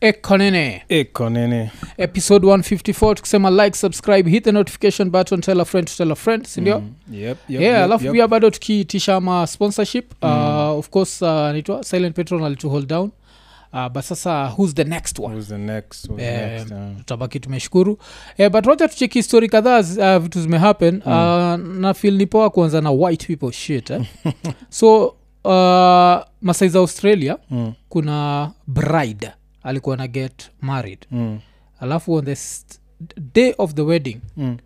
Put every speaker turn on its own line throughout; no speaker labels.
ekonene
ekonene
episode 154 tukisema like subscribe hit the notification button tell a friend to tell a friend sindio mm.
yep, yep,
yeah
yep,
alafu
yep.
pia bado tukiitisha ama sponsorship mm. uh, of course uh, naitwa silent patron alitu hold down uh, but sasa who's the next one
Who's the next Who's
Eh,
next uh,
tutabaki tumeshukuru eh, but wacha tucheki histori kadhaa zi- uh, vitu zimehappen mm. uh, na fil nipoa kuanza na white people shit eh? so uh, masai za australia
mm,
kuna bride alikuwa na get married
mm,
alafu on the s- day of the wedding
mm,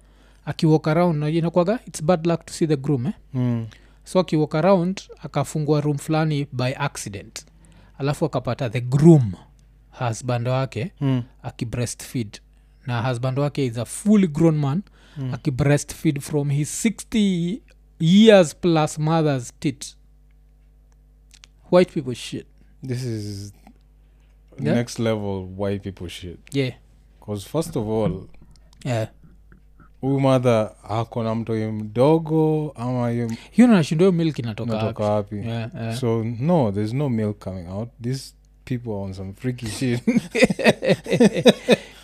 akiwalk around na inakwaga its bad luck to see the groom eh?
mm.
so akiwalk around akafungua room fulani by accident alafu akapata the groom husband wake
Mm.
akibreastfeed na husband wake is a fully grown man
Hmm.
mm. akibreastfeed from his 60 years plus mother's tit white people shit
this is
Yeah.
next level white people shit
yeah
bcause first of all
yeah
huyu mother ako na mtoyo mdogo ama hiyo
hiyo nashindwa hiyo milk inatoka
natoka
wapi.
wapi
Yeah, yeah.
so no there's no milk coming out these people are on some freaky shit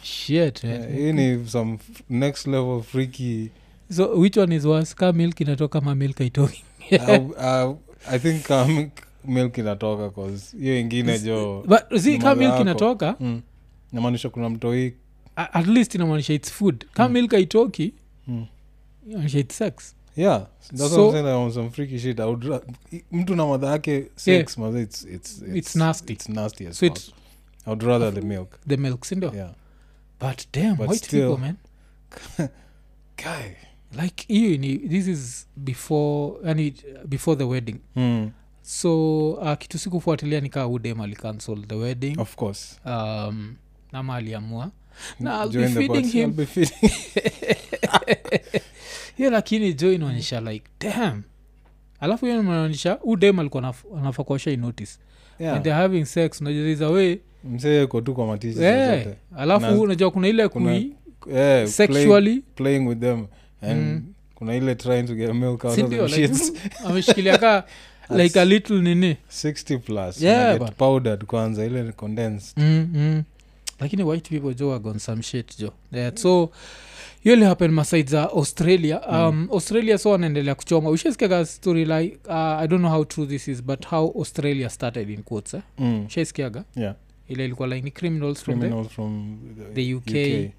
Shit, eh. man.
Yeah, hii ni some f- next level freaky
so which one is worse ka milk inatoka ma milk aitoki
I, I, i think um, milk inatoka cause hiyo ingine jo
but see ka
Mother
milk
yako.
inatoka
mm. namaanisha kuna mtoi
a- at least inamaanisha its food ka
Hmm.
milk aitoki
Mm.
inamaanisha its sex
yeah that's
So-
so, saying on some freaky shit I would, ra- mtu na madha yake sex mother it's, it's, it's,
It's nasty.
it's nasty as
So
fuck.
it's- Oh.
i would rather the milk
the milk sindio
yeah
but damn
But
white
still-
people man
guy
like hiyo ni this is before yani before the wedding
mm.
so uh, kitu sikufuatilia nikaa udem alicancel the wedding
of course
um, nama aliamua na I'll be
Join the
feeding
party, I'll
him
be feeding-
hiyo lakini jo inaonyesha like damn alafu hiyo inaonyesha udem alikuwa anaf- anafaa kuwashai notice
Yeah.
When they're having sex unajaza way
msee yuko tu kwa matishi
eh,
zozote.
alafu
Na-
unajua kuna ile
kuna-
kui
Eh, playing,
sexually
playing with them and
Mm.
kuna ile trying to get milk out of
sindio
them
like,
shits
ameshikilia ka like a little nini
60 plus
Yeah,
yeah,
but-
get powdered kwanza ile ni condensed
mm, mm. lakini white people jo wagon some shit jo yeah, so hiyo lihapen masaid za australia um, australia so wanaendelea kuchoma ushaisikiaga story like uh, i don't know how true this is but how australia started in quotes eh?
mm.
ushaisikiaga
yeah
ile ilikuwa like ni criminals from the,
criminals from
the uk,
UK. Yeah.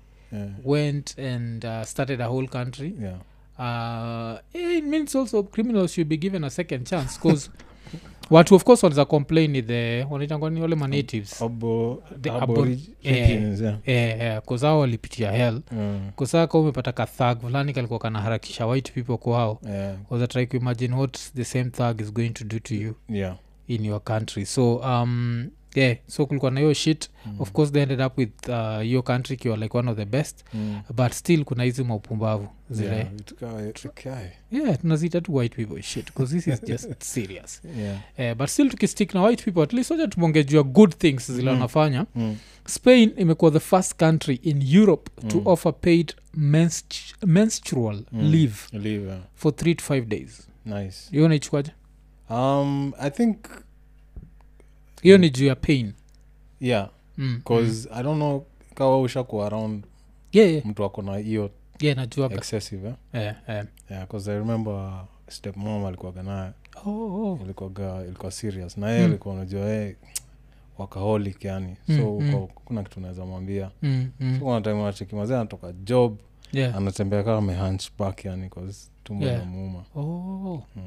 went and uh, started a whole country
Yeah.
uh, it means also criminals should be given a second chance bcause watu of course wanaweza complain ni the wanaitangwani wale manatives
oh. Abo-
The
abori-
abor- eh.
regions, yeah.
eh, eh, cause hao walipitia hell
Mm.
kusaa ka umepata ka thug fulani kalikuwa kanaharakisha white people kwao
Yeah.
wasa try kuimagine what the same thug is going to do to you
Yeah.
in your country so um, yeah so kulikuwa na hiyo shit mm. of course they ended up with uh, your country ikiwa like one of the best
Mm.
but still kuna hizi maupumbavu zile
Yeah, it- guy- it- guy.
yeah tunaziita tu white people shit because this is just serious
Yeah.
uh, but still tukistick na white people at least wacha tumongejua good things zile wanafanya
Mm.
spain imekuwa the first country in europe mm. to offer paid menst- menstrual mm.
Mm.
leave
Leave, yeah.
for three to five days
Nice.
hiyo naichukaja
Um, I think
hiyo ni juu ya pain
yeah
Mm, mm.
cause i don't know kawa ushakuwa around
Yeah, yeah,
mtu ako na hiyo
yeah, najuaga.
excessive eh?
Eh, eh.
yeah, cause i remember step mom alikuwaga naye
Oh, oh.
ilikuwaga ilikuwa serious na yeye
Mm.
alikuwa unajua yeye wakaholic yani
Mm,
so
mm.
uko- kuna kitu unaweza mwambia
Mm, mm.
So kuna time anachekimazee anatoka job
Yeah.
anatembea kama amehanchback yani cause tumbo
Yeah.
yeah. namuuma
Oh,
mm.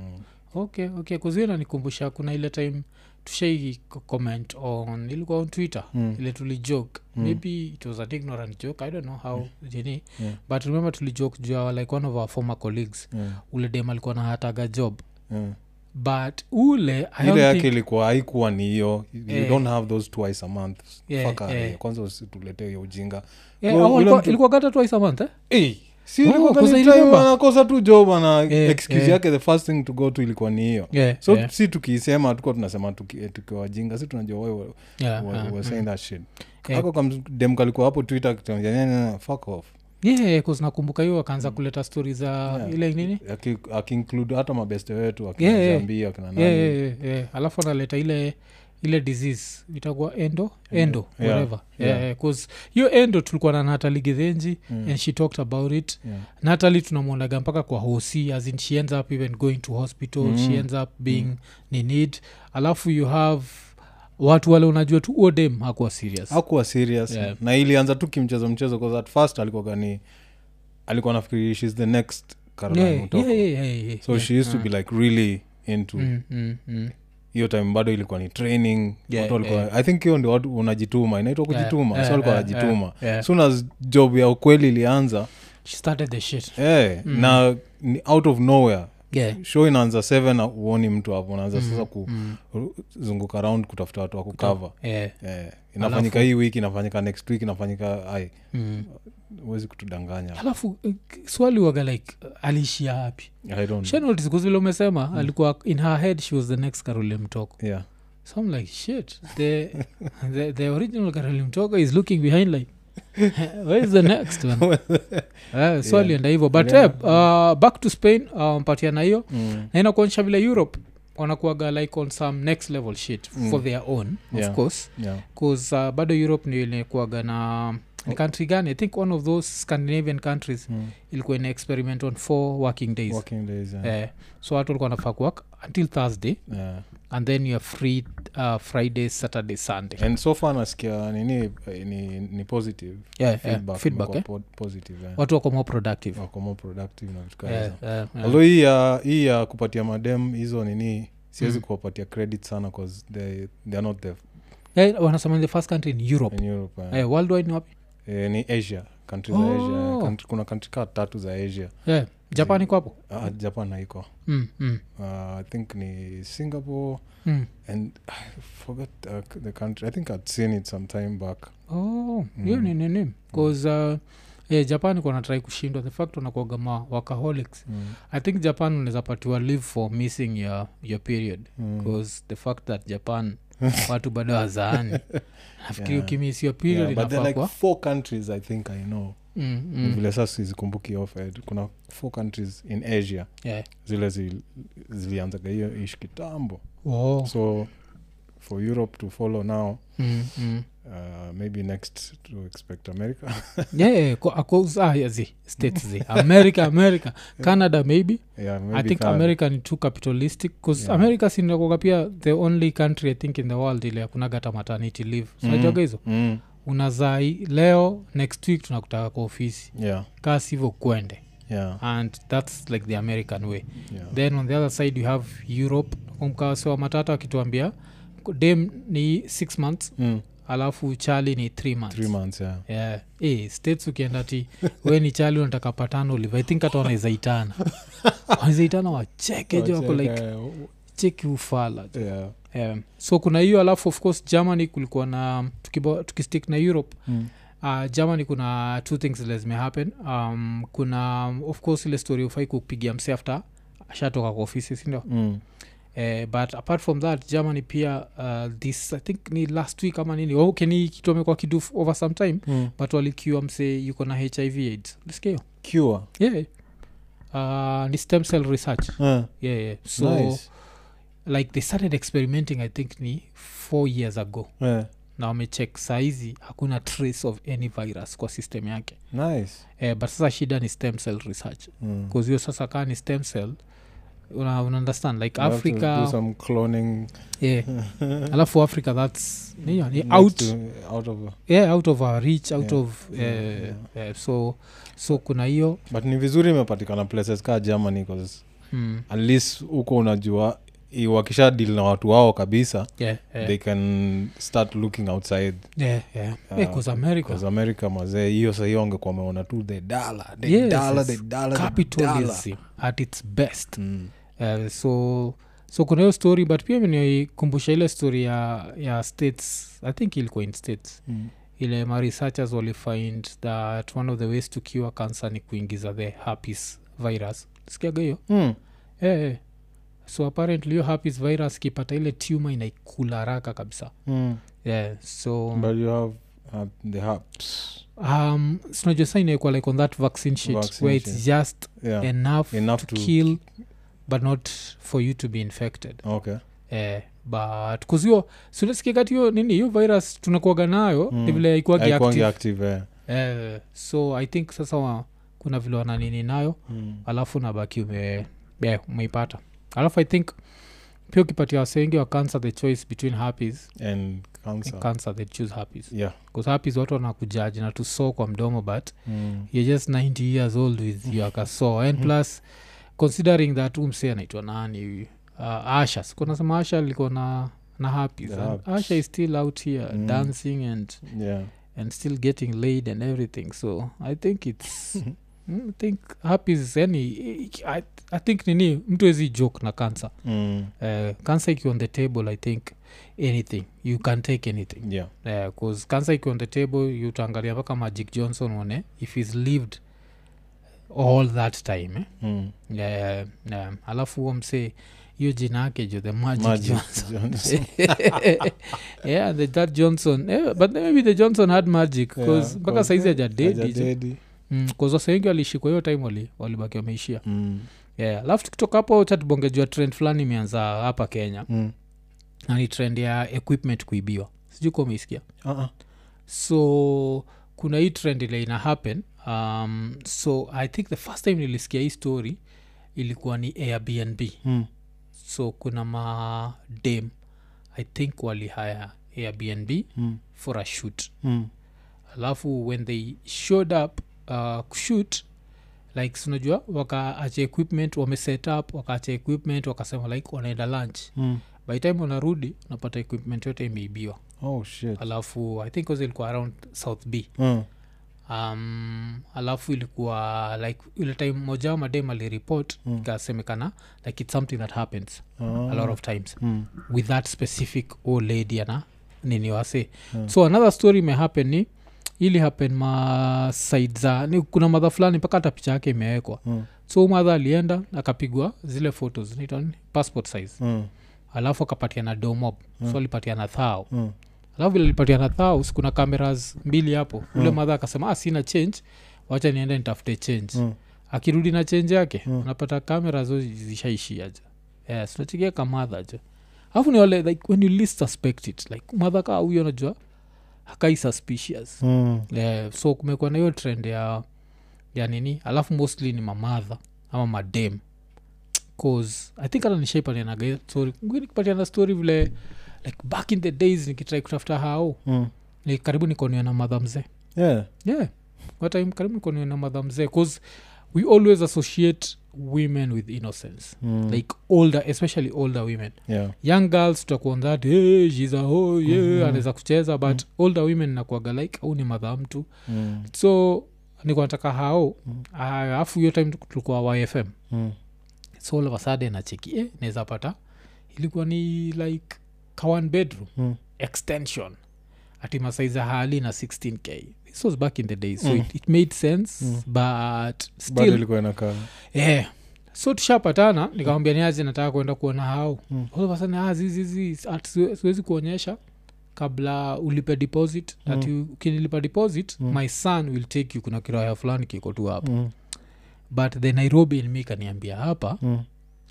okay okay kuzio nanikumbusha kuna ile time tushai co- comment on ilikuwa on twitter
Mm.
ile tulijoke
Mm.
maybe it was an ignorant joke i don't know how jini
Yeah.
but remember tulijoke juu ya like one of our former colleagues
yeah.
ule dem alikuwa na hataga job
yeah.
but ule I
ile
don't
yake
think-
ilikuwa haikuwa ni hiyo you
Eh.
don't have those twice a month
Yeah,
Fuck
yeah.
yeah. kwanza usituletee hiyo ujinga
Yeah,
Ule-
au
ule
ilikuwa-
mtu-
ilikuwa kata twice a month eh?
Hey, si
Wako,
ilikuwa
kosa
ni
ilikuwa
time
ba-
anakosa tu job ana
Eh,
excuse
eh.
yake the first thing to go to ilikuwa ni hiyo
Yeah,
so
yeah,
si tukiisema tuko tunasema tuki- eh, tukiwa wajinga si tunajua wewe wewe-
yeah,
wewe
ah, mm.
saying that shit
Yeah.
ako kamdemkalikuwa hapo twitter akitamjia, "Nye, nye, nye, fuck off
Yeah, yeah, 'cause nakumbuka hiyo
Mm.
akaanza kuleta stori za ile nini
Aki- akiinclude hata mabeste wetu
Yeah, yeah.
akinajambia akina
yeah,
nani
yeah, yeah, yeah. alafu analeta ile ile disease itagua endo endo
Yeah.
whatever
Yeah.
yeah. cause hiyo endo tulikuwa na natali githenji
Mm.
and she talked about it
Yeah.
natali tunamwonaga mpaka kwa hosi as in she ends up even going to hospital mm. she
Mm.
ends up being mm.
Mm.
need alafu you have watu wale unajua tu odem hakuwa serious
hakuwa serious
Yeah.
na ilianza tu kimchezo mchezo bcause at first alikuwa ni alikuwa nafikiri shes the next Caroline
Yeah,
Mutoko.
yeah, yeah, yeah, yeah,
so
yeah.
she used to
Ah.
be like really into
Mm, mm, mm.
hiyo time bado ilikuwa ni training
Yeah,
watu walikuwa,
yeah.
i think hiyo ndio watu unajituma inaitwa kujituma
Yeah,
so alikuwa
yeah, yeah,
anajituma
yeah.
soon as job ya ukweli ilianza
she started the shit
eh,
Mm.
na ni out of nowhere
yeah.
show inaanza seven na uoni mtu hapo unaanza
Mm,
sasa kuzunguka
mm.
Mm-hmm. around kutafuta watu wa kukava
Yeah,
eh, inafanyika hii wiki inafanyika next week inafanyika ai
mm.
huwezi kutudanganya
alafu eh, swali waga like aliishia hapi
I don't-
shanotskuzvile umesema
Mm.
alikuwa in her head she was the next carole mtoko
yeah.
so i'm like shit the, the, the original carole mtoko is looking behind like where is the next one uh, so
Yeah.
alienda hivyo but
Alienda.
eh, uh, back to spain uh, mpatia na hiyo
Mm.
na inakuonyesha vile europe wanakuaga like on some next level shit
Mm.
for their own of
Yeah.
course
yeah.
bcause uh, bado europe ndio inakuaga
Oh.
na ni country gani i think one of those scandinavian countries
Mm.
ilikuwa ina experiment on four working days
Working days, yeah.
eh, so watu walikuwa wanafaa kuwork until thursday
Yeah.
and then youare free uh, friday saturday sunday
and so far nasikia nini eh, ni, ni positive
yeah,
feedback,
yeah, feedback
imekuwa
eh?
po- positive yeah.
watu wako more productive Eh,
wako more productive na vitu kama hizo.
yeah, yeah, yeah.
although hii ya hii ya kupatia madem hizo nini siwezi
Mm.
kuwapatia credit sana bcause they, they are not the,
Eh, wanasema in the first country in europe
in europe yeah.
eh, worldwide ni wapi
eh, ni asia country za asia
Oh.
eh, country, kuna country kaa tatu za asia
yeah. Eh, japan
Zi-
iko hapo
ah, japan haiko
mm, mm,
uh, i think ni singapore
mm.
and i forgot uh, the country i think i'd seen it sometime back
oh hiyo
Mm.
ni nini bcause uh, eh, japan iko natrai kushindwa the fact wanakuaga ma workaholics
mm.
i think japan unaweza patiwa leave for missing your, your period
Mm.
bcause the fact that japan watu bado wazaani nafikiri
Yeah.
ukimis your period
Yeah, but there
inafaa
are like
kwa
four countries i think i know
mm,
mm.
mm.
vile sasa sizikumbuki ofed kuna four countries in asia
Yeah.
zile zi- zilianzaga hiyo ish kitambo
Oh.
so for europe to follow now
Mm, mm.
uh, maybe next to expect america
Yeah, yeah, ko- across- ah, yeah, zi, states zi america america canada maybe
yeah,
i think
Canada.
america ni too capitalistic bcause
Yeah.
america sinakoga pia the only country i think in the world ile akunagata maternity leave
Mm,
sinajaga hizo
mm,
unazai leo next week tunakutaka kwa ofisi
yeah,
kaa sivyo kwende
yeah,
and thats like the american way
yeah.
then on the other side you have europe mkawasewa matata akituambia dem ni six months
Mm,
alafu chali ni three months
three months yeah.
yeah. hey, states ukienda ti we ni chali unataka patano olive i think hata wanaweza itana wanaweza itana wacheke jo wako like cheki ufala
yeah.
yeah. so kuna hiyo alafu of course germany kulikuwa na tukibo- tukistick na europe
mm.
uh, germany kuna two things zile zimehappen um, kuna um, of course ile story ufai kupigia mse after ashatoka kwa ofisi sindio
Mm.
eh, but apart from that germany pia uh, this i think ni last week ama nini oh, okay ni kitu amekuwa kidu over some time
Mm.
but walikiwa mse yuko na hiv aids liskio
cure
yeah. uh, ni stem cell research
uh,
yeah, yeah. so
nice.
like they started experimenting i think ni four years ago
yeah.
na wamecheck saizi hakuna trace of any virus kwa system yake
nice
eh, but sasa shida ni stem cell research
mm.
bcause hiyo sasa kaa ni stem cell una, una understand like
You have to do
africa
some cloning
yeah. alafu africa thats ni, ni
Mm, next
out
to- out of
yeah, out of our reach out
Yeah,
of eh,
yeah,
eh, so so kuna hiyo
but ni vizuri imepatikana places ka germany 'cause
mm,
at least huko unajua i- wakisha deal na watu wao kabisa
yeah, yeah,
they can start looking outside
yeah, yeah.
Ah,
Eh, 'cause America,
'Cause america mazee hiyo sahii wangekuwa wameona tu the dollar, the
Yes,
dollar,
it's
the dollar, the dollar.
capitalism at its best
Mm.
Eh, so so kuna hiyo story but pia imenikumbusha ile story ya ya states i think ilikuwa in states
Mm.
ile ma researchers walifind that one of the ways to cure cancer ni kuingiza the herpes virus sikiaga hiyo
Mm.
eh, eh. so apparently hiyo herpes virus kipata ile tuma inaikula haraka kabisa
Mm.
yeah, so
but you have uh, the hubs
um, sinajua sa inaekwa like on that vaccine shit
Vaccine
where it's
shit.
just
yeah
enough,
Enough
to,
to-
kill but not for you to be infected
okay
eh, but kuzio suleskikatio nini hiyo virus tunakuaga nayo mm. ni vile ikuagi
haikuangi
active
active eh.
eh, so i think sasa wa, kuna vile wananini nayo
Mm.
alafu nabaki ume, yeah, umeipata alafu i think pia ukipatia wase wengi wa cancer the choice between happies
and
so.
cancer
cancer they choose happies
yeah
because happies watu wanakujaji na tusaw kwa mdomo but
mm.
you're just 90 years old with your kasaw and plus considering that umse anaitwa nani huyu? uh, asha siku nasema asha alikuwa na na happies
Yeah.
and asha is still out here
Mm.
dancing and
yeah
and still getting laid and everything so i think its Mm, i think happies any i, I think nini mtu wezi joke na cancer
mm.
uh, cancer ikiwa on the table i think anything you can take anything
yeah
Eh, 'cause cancer ikiwa on the table utaangalia mpaka magic johnson one if he's lived all that time
mm.
eh? Eh, eh, alafu huo msee hiyo jina yake jo the magic,
Magic
Johnson.
Johnson.
yeah the, that johnson eh, but then maybe the johnson had magic
Yeah,
'cause mpaka
cause-
saizi ajadedi jo.
Hajadedi.
Mm, 'cause wase wengi walishikwa hiyo time wali- walibaki wameishia
Mm.
yeah. alafu tukitoka hapo chatubongejua trend fulani imeanza hapa kenya
Mm.
na ni trend ya equipment kuibiwa sijui kuwa umeisikia
Uh-uh.
so kuna hii trend ile ina happen um, so i think the first time nilisikia hii story ilikuwa ni airbnb
Mm.
so kuna madem i think walihaya airbnb
Mm.
for a shoot
Mm.
alafu when they showed up uh, kushoot like sinajua wakaacha equipment wameset up wakaacha equipment wakasema like wanaenda lunch
Mm.
by time wanarudi unapata equipment yote imeibiwa
oh shit
alafu i think 'cause ilikuwa around south b
Mm.
um, alafu ilikuwa like ile time moja madem alireport
Mm.
ikasemekana like it's something that happens a lot of times
Uh-huh. Mm.
with that specific old lady ana nini wase
Mm.
so another story imehappen ni ili happen ma side za ni kuna madha fulani mpaka hata picha yake imewekwa
Mm.
so madha alienda akapigwa zile photos zinaitwa nini? passport size
Mm.
alafu akapatiana domob mm. so alipatiana thao
Mm.
alafu vile alipatiana thaus kuna cameras mbili hapo
Mm.
ule madha akasema "Ah, sina change wacha niende nitafute change
Mm.
akirudi na change yake
Mm.
unapata kamera zo zishaishia jo yes, unachekia kamadha jo alafu ni wale like when you least suspect it like madha kaa huyo unajua hakai suspicious
Mm.
eh, so kumekuwa na hiyo trend ya ya nini alafu mostly ni mamadha ama madem cause i think hata nishaipatianaga story Ngwiri nikipatiana story vile like back in the days nikitrai kutafuta hao
Mm.
ni karibu nikoniwe na madha mzee
yeah
yeah watim karibu nikoniwe na madha mzee cause we always associate women with innocence
Mm.
like older especially older women
yeah
young girls tutakuwa on that hey, she's a hoe, yeah,
Mhm.
anaweza kucheza but older women nakuaga like au ni madha mtu
Mm.
so nikuwa nataka hao
Mm.
ah, alafu hiyo time tulikuwa yfm
Mm.
so all of a sudden nacheki eh, naweza pata ilikuwa ni like kawan bedroom
Mm.
extension ati masaiza hali na 16k this was back in the days so
Mm.
it, it made sense
Mm.
but
bado
still
ilikuwa inakaa
eh, so tushapatana nikamwambia niaje nataka kuenda kuona hao
Mm.
All of a sudden, ah, zizi, zizi, at- siwe- siwezi kuonyesha kabla ulipe deposit
Mm.
ati ukinilipa deposit
Mm.
my son will take you kuna kiraya fulani kiko tu hapa
Mm.
but the nairobi ilmi kaniambia hapa
Mm.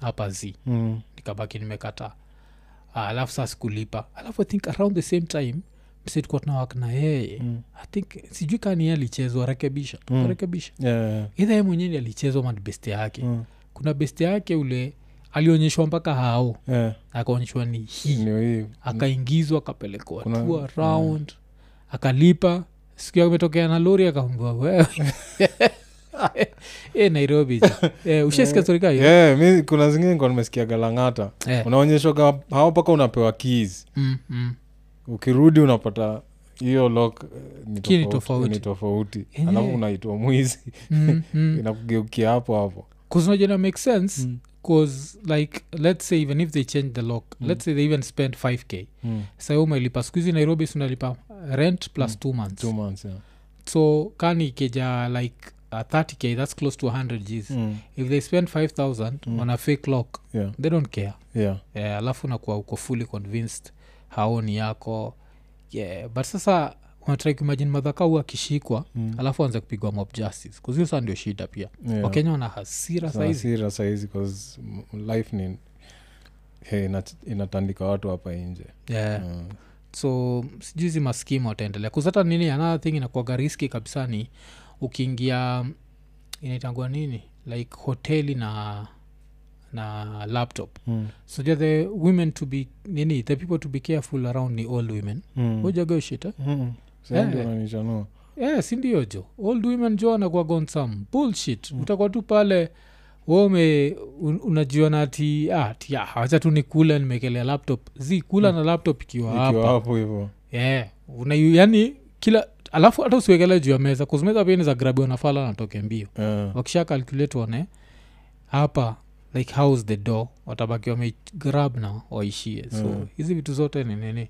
hapa zi
Mm.
nikabaki nimekataa Ah, alafu saa sikulipa alafu i think around the same time msitukuwa tunawak na yeye
Mm.
i think sijui kani yeye alichezwa rekebisha
Mm.
rekebisha
yeah yeah.
idha ye mwenyewe ndiye alichezwa ma best yake
Mm.
kuna best yake ule alionyeshwa mpaka hao
yeah
akaonyeshwa ni hii
ndio hii
akaingizwa akapelekwa
Mm. Kuna- Mm.
tu around akalipa siku yake imetokea na lori akaambiwa wewe e nairobi Eh, ushesikia storika hiyo
yeah mi kuna zingine nikuwa nimesikiaga lang'ata
Eh,
unaonyeshwaga hao mpaka unapewa keys
mm, mm.
ukirudi unapata hiyo lock eh, ni
Key ni
tofauti- Eh.
tofauti.
ni tofauti
Enyewe.
alafu unaitwa mwizi
Mm, mm.
inakugeukia hapo hapo
kuzinajana make sense
Mm.
bcause like let's say even if they change the lock
Mm.
let's say they even spend 5k
Mm.
sahi umelipa sikuhizi nairobi sunalipa rent plus mm. two months
two months yeah.
so kani ikeja like uh, 30k that's close to 100 gs
Mm.
if they spend 5000
Mm.
on a fake lock
yeah
they don't care
yeah
Eh, alafu unakuwa uko fully convinced haoni yako yeah. but sasa unatrai kuimajini madhaka huu akishikwa
Mm.
alafu anze kupigwa mob justice kuzio saa ndio shida pia
yeah.
wakenya wana hasira
Sasa
saizi
hasira saizi 'cause m- life ni hey, ina- inatandika watu hapa nje
yeah.
Mm.
so sijui zi maskimu wataendelea kuzata nini another thing inakuaga riski kabisa ni ukiingia mm, inaitangua nini like hoteli na na laptop
Mm.
so yeah, the women to be nini the people to be careful around ni old women
Mm.
hujago shit eh?
Mm. Sasa ndio
Eh.
wananichanua.
yeah, sindio jo old women jo anakuaga on some bullshit mm. utakuwa tu pale wome unajiona ati ah, ati ah, wacha tu nikula nimekelea laptop zi kula na laptop ikiwa hapa
Mm. ikiwa hapo hivo
yeah. una, yani kila alafu hata usiwekele juu ya meza kuzimeza pia za grabi wanafala natoke mbio
Eh.
wakisha calculate one hapa like house the door watabaki wamegrab na waishie so
Mm.
hizi vitu zote ni nini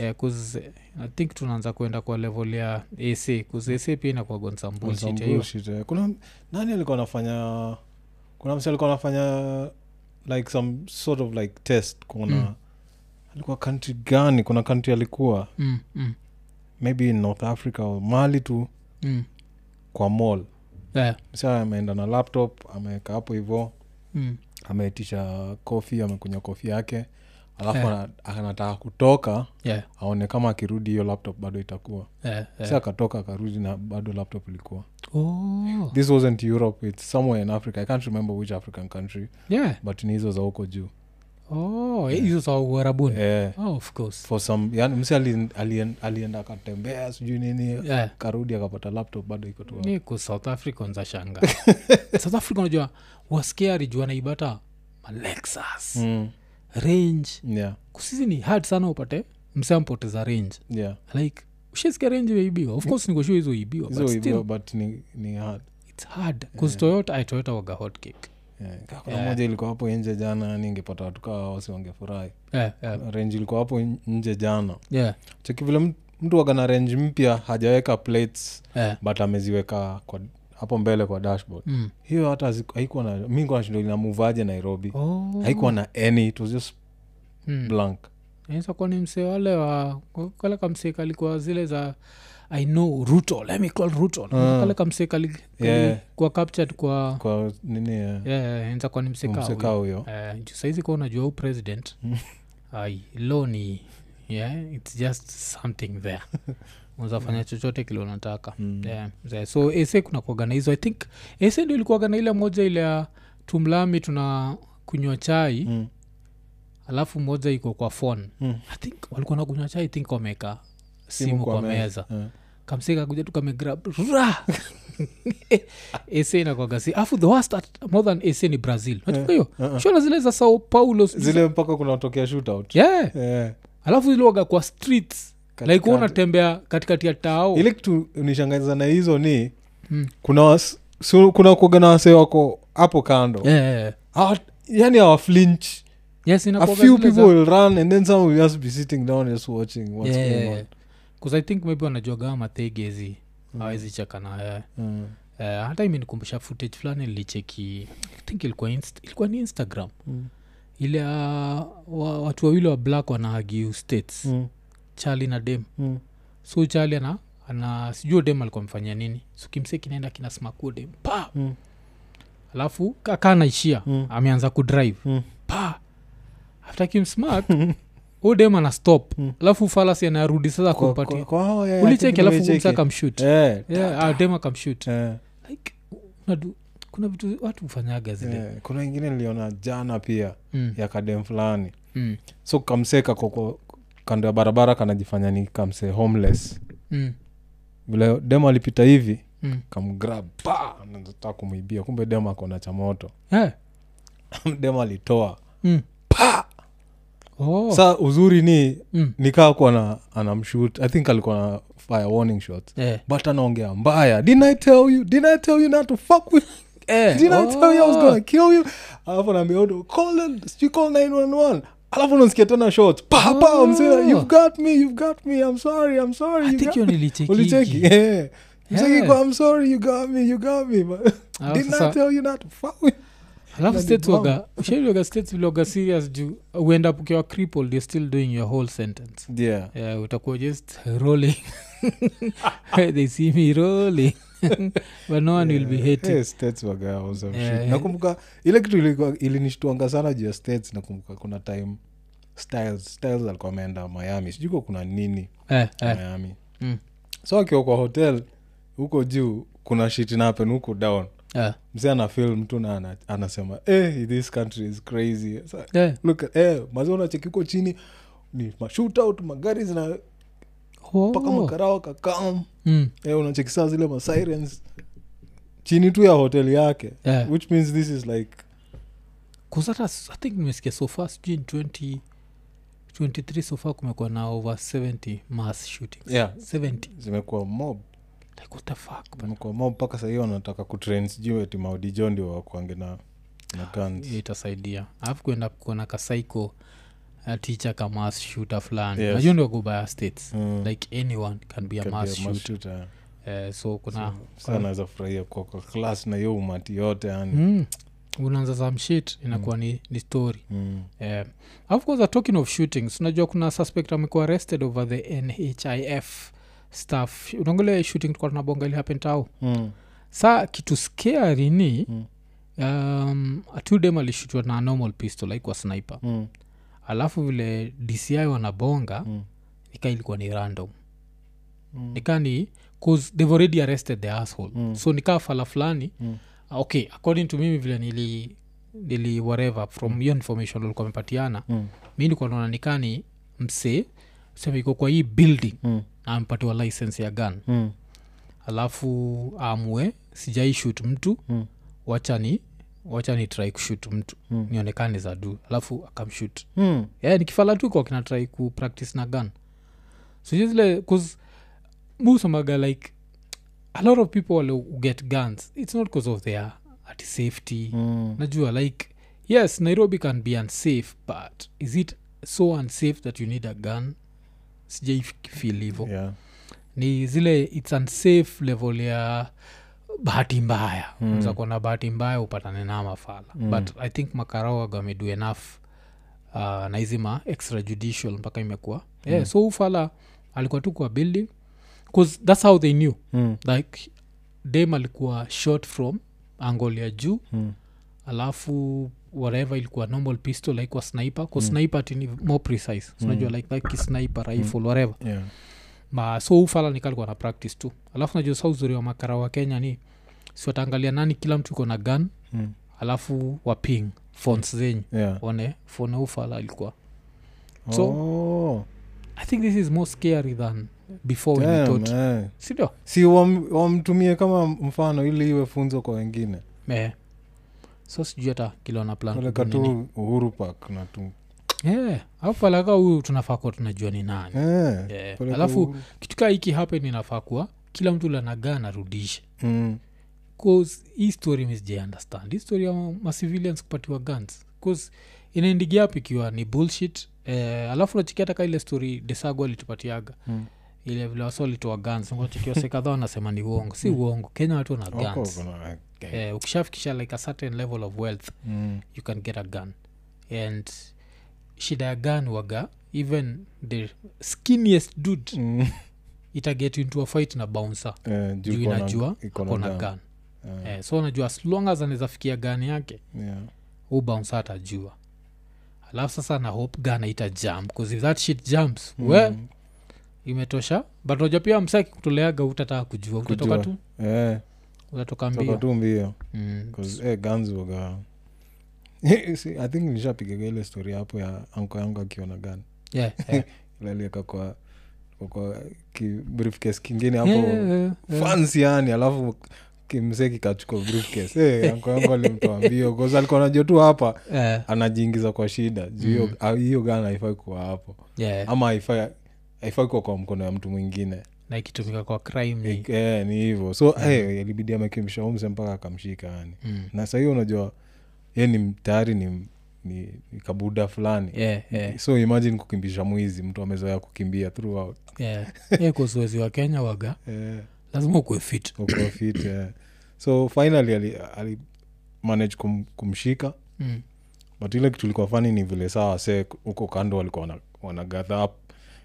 Eh, 'cause, eh, i think tunaanza kuenda kwa level ya ac kuzec pia
Some
inakuagonsambushithiyo
bullshit, eh. kuna nani alikuwa anafanya kuna msi alikuwa anafanya like some sort of like test kuona
Mm.
alikuwa country gani kuna country alikuwa
mm, mm,
maybe in north africa or mali tu
mm.
kwa mall
yeah.
msa ameenda na laptop ameweka hapo hivo
mm.
ameitisha kofi amekunywa kofi yake alafu
Eh.
ana- anataka kutoka
yeah.
aone kama akirudi hiyo laptop bado itakuwa
yeah.
yeah.
yeah.
akatoka akarudi na bado laptop ilikuwa
oh.
this wasn't europe it's somewhere in africa i can't remember which african country
yeah.
but ni hizo za huko juu
oh. hizo za uarabuni
Eh,
oh, of course
for some yani msi alien- alien- alienda akatembea sijui nini
yeah.
karudi akapata laptop bado iko tu hapo.
niko south africans ashanga south africa unajua waskiari juu anaibata malexus mm.
Mm,
range
yeah,
kusizi ni hard sana upate msampoteza range
yeah.
like ushasikia range imeibiwa of course niko sure hizo iibiwa
hizo
but
hivyo
still
but ni, ni hard
it's hard bcause toyota i toyota waga hot cake
Yeah, ka- kuna
Yeah.
moja ilikuwa hapo nje jana ningepata watu kaa wasi wangefurahi
yeah, yeah.
range ilikuwa hapo in- nje jana
yeah,
cheki vile mtu- mtu waga na range mpya hajaweka plates
yeah.
but ameziweka kwa, hapo mbele kwa dashboard
Mm.
hiyo hata haziku- haikuwa na mi nikuwa nashindo inamuvaje nairobi
Oh.
haikuwa na any it was just
Mm.
blank
Inaweza kuwa ni msee wale wa kale kamsee kalikuwa zile za i know ruto let me call ruto
Ah.
kale kamsee kalikuwa
Yeah.
captured kwa
kwa nini eh,
enza kwani
mseka
mseka
huyo
saizi kwa unajua huu president ai lo ni yeah, its just something there unazafanya chochote kile unataka
Mm.
yeah, mzee. so ese kuna kuagana hizo i think ese ndio ilikuagana ile moja ile ya tumlami tuna kunywa chai
Mm,
alafu moja iko kwa phone
mm.
i think walikuwa na kunywa chai i think wameka simu, kwa, meza
Eh.
kamsika kuja tukamegrab ra ese inakwagasi afu the worst at, more than ese ni brazil nachuka hiyo
Uh-uh.
shona zile za sao paulo sijui-
zile mpaka kunatokea shootout
yeah
Eh,
alafu ziliwaga kwa streets
katikati.
like unatembea katikati ya tao
ile kitu nishangaza na hizo ni
Oh. Mm.
kuna was, so, kuna kuoga na wasee wako hapo kando
yeah, yeah, yeah.
Hawa- yani awa flinch
yes
a
inakuwaga
few
zile
people
za-
will run and then some will just be sitting down just watching what's
Yeah,
going
yeah,
on
yeah. 'Cause i think maybe wanajuagaa mathegezi awezi cheka naye
Mm.
Eh, hata imenikumbusha footage fulani nilicheki i think ilikuwa, inst- ilikuwa ni instagram
Mm.
ile uh, wa, watu wawili wa black wanahagiu states
Mm.
charli na dem
Mm.
so charli ana, ana sijui dem alikuwa amefanyia nini so kimse kinaenda kina smakuo dem pa
Mm.
alafu kakaa naishia
Mm.
ameanza kudrive
Mm.
pa after kimsmak u dem ana stop
Mm.
alafu falasi anarudi sasa
Kwa- kwa-
kumpatia
kwa hao, yeah, I think
ulicheki alafu
nimecheki.
kumsa kamshut
Eh,
yeah, ah, dem akamshut
eh,
like, unadu- kuna vitu watu hufanyaga zile
eh. kuna ingine niliona jana pia
Mm,
ya kadem fulani
mm,
so kamsee kako kando ya barabara kanajifanya ni kamsee homeless
mm,
vile dem alipita hivi
mm.
kamgrab pa nataka kumwibia kumbe dem akona cha moto
Yeah,
dem alitoa
Eh, mm. Oh,
sa uzuri ni
mm,
nikaa kuwa na anamshut i think alikuwa na fire warning shots
eh.
but anaongea mbaya didn't i tell you didn't i tell you not to fuck with
Eh,
didn't i tell you i was
oh.
gonna kill you alafu naambia "Odo, call it- sijui call 911 alafu nasikia tena shots pa pa
Oh.
msee you've got me you've got me i'm sorry i'm sorry
I
Ah, you
think
got
hiyo
ulicheki
nilicheki
Eh. Msee
Yeah.
kwa, i'm sorry you got me you got me but
Ah,
didn't i
sasa-
tell you not to fuck with
alafu
Bloody
states
bomb.
waga ushaiwaga states viloga serious juu uenda ukiwa crippled you're still doing your whole sentence
yeah
yeah, utakuwa just rolling they see me rolling but no one will be
Yeah.
hating
Hey, Eh, states waga on some
Yeah,
shit.
yeah.
nakumbuka ile kitu ilikuwa- ilinishtuanga sana juu ya states nakumbuka kuna time styles styles alikuwa ameenda miami sijuko kuna nini
Eh, eh.
miami
Mm.
so akiwa kwa hotel huko juu kuna shit inapen huko down
Ah.
msee anafil mtu na ana, anasema eh, this country is crazy Sa-
Yeah.
look at- eh, mazee unacheki huko chini ni mashootout magari zina
Oh.
mpaka makarao kakam
Mm.
eh, unacheki saa zile masirens chini tu ya hoteli yake
Yeah.
which means this is like
'Cause hata s- i think nimesikia sofa sijui ni 20 23 sofa kumekuwa na over 70 mass shooting
yeah
70
zimekuwa mob
like what the fuck bana?
zimekuwa mob mpaka sahii wanataka kutrain sijui ati maudijo ndio wakwange na na guns.
Hiyo itasaidia alafu kuenda kuona kasaiko ticha ka mass shooter fulani
Yes.
najua ndio gobaya states
Mm.
like anyone can be a
Can be a
mass
mass
shooter
shooter, yeah.
Eh, so kuna
Sasa anaweza um, furahia kwa kwa class na hiyo umati yote yani
mm. unaanza samshit inakuwa ni, ni story
mm.
eh. of course talking of shootings unajua kuna suspect amekuwa arrested over the nhif staff unaongelea shooting tulikuwa tunabonga ili happen tao
Mm.
sa kitu scary ni
Mm.
um, atudem alishutwa na normal pistol aikwa sniper
Mm.
alafu vile dci wanabonga
Mm.
nikaa ilikuwa ni random
Mm.
nikaa ni cause they've already arrested the asshole
Mm.
so nikaa fala fulani
Mm.
ah, okay according to mimi vile nili nili whatever from hiyo information ulikuwa amepatiana
Mm.
mi nilikuwa naona nikaa ni msee sema iko kwa hii building
Mm.
na amepatiwa license ya gun
Mm.
alafu amwe sijaishut mtu
Mm.
wacha ni wacha ni try kushut mtu
Mm.
nionekane za juu alafu akamshut
Mm.
yeah, nikifala tu kwa kinatrai kupractice na gun so just like, cause musamaga like a lot of people wale who get guns it's not cause of their at safety
Mm.
najua like yes nairobi can be unsafe but is it so unsafe that you need a gun sijaifil hivo
Yeah.
ni zile its unsafe level ya bahati mbaya
Mm.
mm. kuwa na bahati mbaya upatane na mafala
Mm.
mm. but i think makarawaga amedu enough uh, na hizi ma extrajudicial mpaka imekuwa mm. yeah, so ufala alikuwa tu kwa building bcause thats how they knew
Mm.
like dem alikuwa short from angol ya juu
Mm.
alafu whatever ilikuwa normal pistol aikuwa sniper bcause mm. sniper tini more precise
Mm.
unajua like like kisniper rifle mm. whatever
Yeah.
ma so ufala nikalikuwa na practice tu alafu najua sa uzuri wa makara wa kenya ni siwataangalia nani kila mtu iko na gun
Mm.
alafu waping fons zenyu
Yeah.
one fone ufala ilikuwa So-
Oh.
i think this is more scary than before when we
Damn,
thought
eh.
sindio
si wam- wamtumie kama mfano ili iwe funzo kwa wengine
eh. so sijui hata kila wana plan
peleka
Ah, nini.
tu uhuru pak na tu
Eh, alafu falaka huyu tunafaa kuwa tunajua ni nani
Eh,
Eh,
peleka
alafu
Uhuru.
kitu kaa hiki happen inafaa kuwa kila mtu lanagaa narudishe
Mm.
cause hii story misjaunderstand hii story ya ma- macivilians kupatiwa guns cause inaindigia hapo ikiwa ni bullshit eh, alafu nachikia taka ile story desago alitupatiaga
Mm.
ile vile wasi walitoa guns nachikia sekadha wanasema ni uongo si uongo kenya watu wana
Wako
guns
kuna- eh,
eh, ukishafikisha like a certain level of wealth
mm.
you can get a gun and shida ya gun waga even the skinniest dude
Mm.
itaget into a fight na bouncer
Eh, juu
juu
iko na-
inajua
iko na
akona
gun.
gun
Eh,
eh, so najua as long as anaweza fikia gani yake
yeah.
ubounce atajua alafu sasa na hope gana ita jump bcause if that shit jumps mm. we
Mm.
imetosha but naja pia msaki kutoleaga utataa kujua utatoka
Kujua.
tu
Eh,
utatoka
toka
mbio
tu mbio
mm.
'Cause, eh, guns waga See, i think nishapigaga ile story hapo ya anko yangu akiona gan
yeah, yeah.
lalieka kwa kwa- kwa ki briefcase kingine hapo
yeah, yeah, yeah.
fancy yani alafu kimsee kikachukua briefcase hey, anko yangu alimtoa mbio kause alikuwa najua tu hapa
Eh,
anajiingiza kwa shida juu hiyo-
Mm.
ah, hiyo gan haifai kuwa hapo
yeah.
ama haifai haifai kuwa kwa mkono ya mtu mwingine
na ikitumika kwa crime ni
eh, ni hivyo so eh, ilibidi amekimsha umse mpaka akamshika yaani. yani
mm.
na sahii unajua ye ni m- tayari ni, ni, ni kabuda fulani
yeah, yeah,
so imagine kukimbisha mwizi mtu amezoea kukimbia throughout
yeah. Eh, 'cause wezi wa kenya waga
eh,
lazima ukue fit
uko fit eh. so finally ali, ali manage kum, kumshika
mm.
but ile kitu ilikuwa fani ni vile saa wasee huko kando walikuwa wana, wanagatha up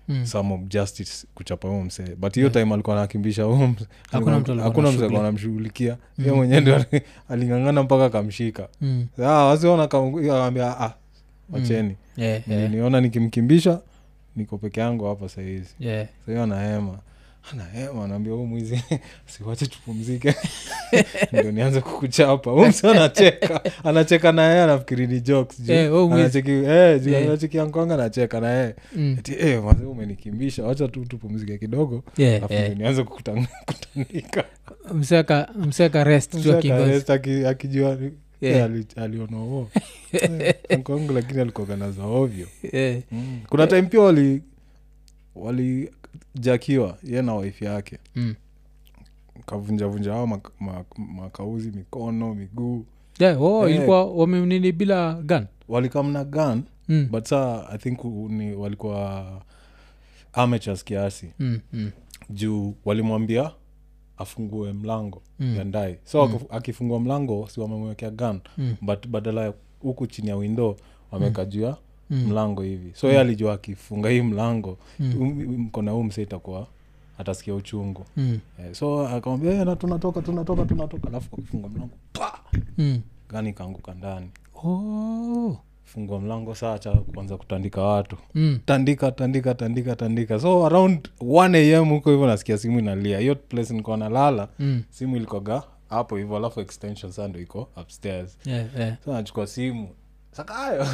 Mm.
some of justice kuchapa huo msee but hiyo time alikuwa anakimbisha huo mse- alikuwa-
mtu alikuwa Mm.
hakuna mse
anamshughulikia.
alikuwa anamshughulikia ye mwenyewe ndo ali- aling'ang'ana mpaka akamshika
Mm.
Ah, wasiona kaambia ah, wacheni
Yeah, yeah,
niona nikimkimbisha niko peke yangu hapa sahizi
yeah.
sahiyo anahema anahema anaambia huu mwizi siwache tupumzike ndo nianze kukuchapa huu msi anacheka anacheka na yeye anafikiri ni jokes juu.
Eh, huu mwizi.
Anacheki- eh, juu
Eh.
anacheki yankwanga anacheka na yeye
Mm.
ati eh, mazee umenikimbisha wacha tu tupumzike kidogo
Yeah,
alafu
yeah.
ndo nianze kukutang- kutanika
Mseka- mseka rest tu
Mzee
akingoja.
akarest aki- akijua
Eh.
eh,
Yeah.
aliona "Oh." huo ankongu lakini alikoganaza ovyo
Yeah.
Eh, kuna time pia wali walijakiwa ye na waifu yake
Mm.
kavunjavunja ao mak, mak, makauzi mikono miguu
Yeah, oh,
Eh.
ilikuwa wamenini bila gun
walikamna gun
Mm,
but saa i think u- ni walikuwa amateurs kiasi
mm, mm,
juu walimwambia afungue mlango
Mm.
ya ndai so mm. akifungua mlango si wamemwekea gun
Mm.
but badala ya huku chini ya windo wameweka juu ya
Mm.
mlango hivi so ye alijua akifunga hii mlango
Mm.
mm. mkona huu mse itakuwa atasikia uchungu
mm,
Eh, so akamwambia "Eh, na tunatoka tunatoka tunatoka alafu akifunga mlango pa
mm.
gani ikaanguka ndani
Oh,
fungua mlango saa cha kuanza kutandika watu
mm.
tandika tandika tandika tandika so around 1 am huko hivyo nasikia simu inalia hiyo place nilikuwa nalala
Mm.
simu ilikoga hapo hivyo alafu extension saa ndo iko upstairs
Yeah, yeah.
so nachukua simu sakayo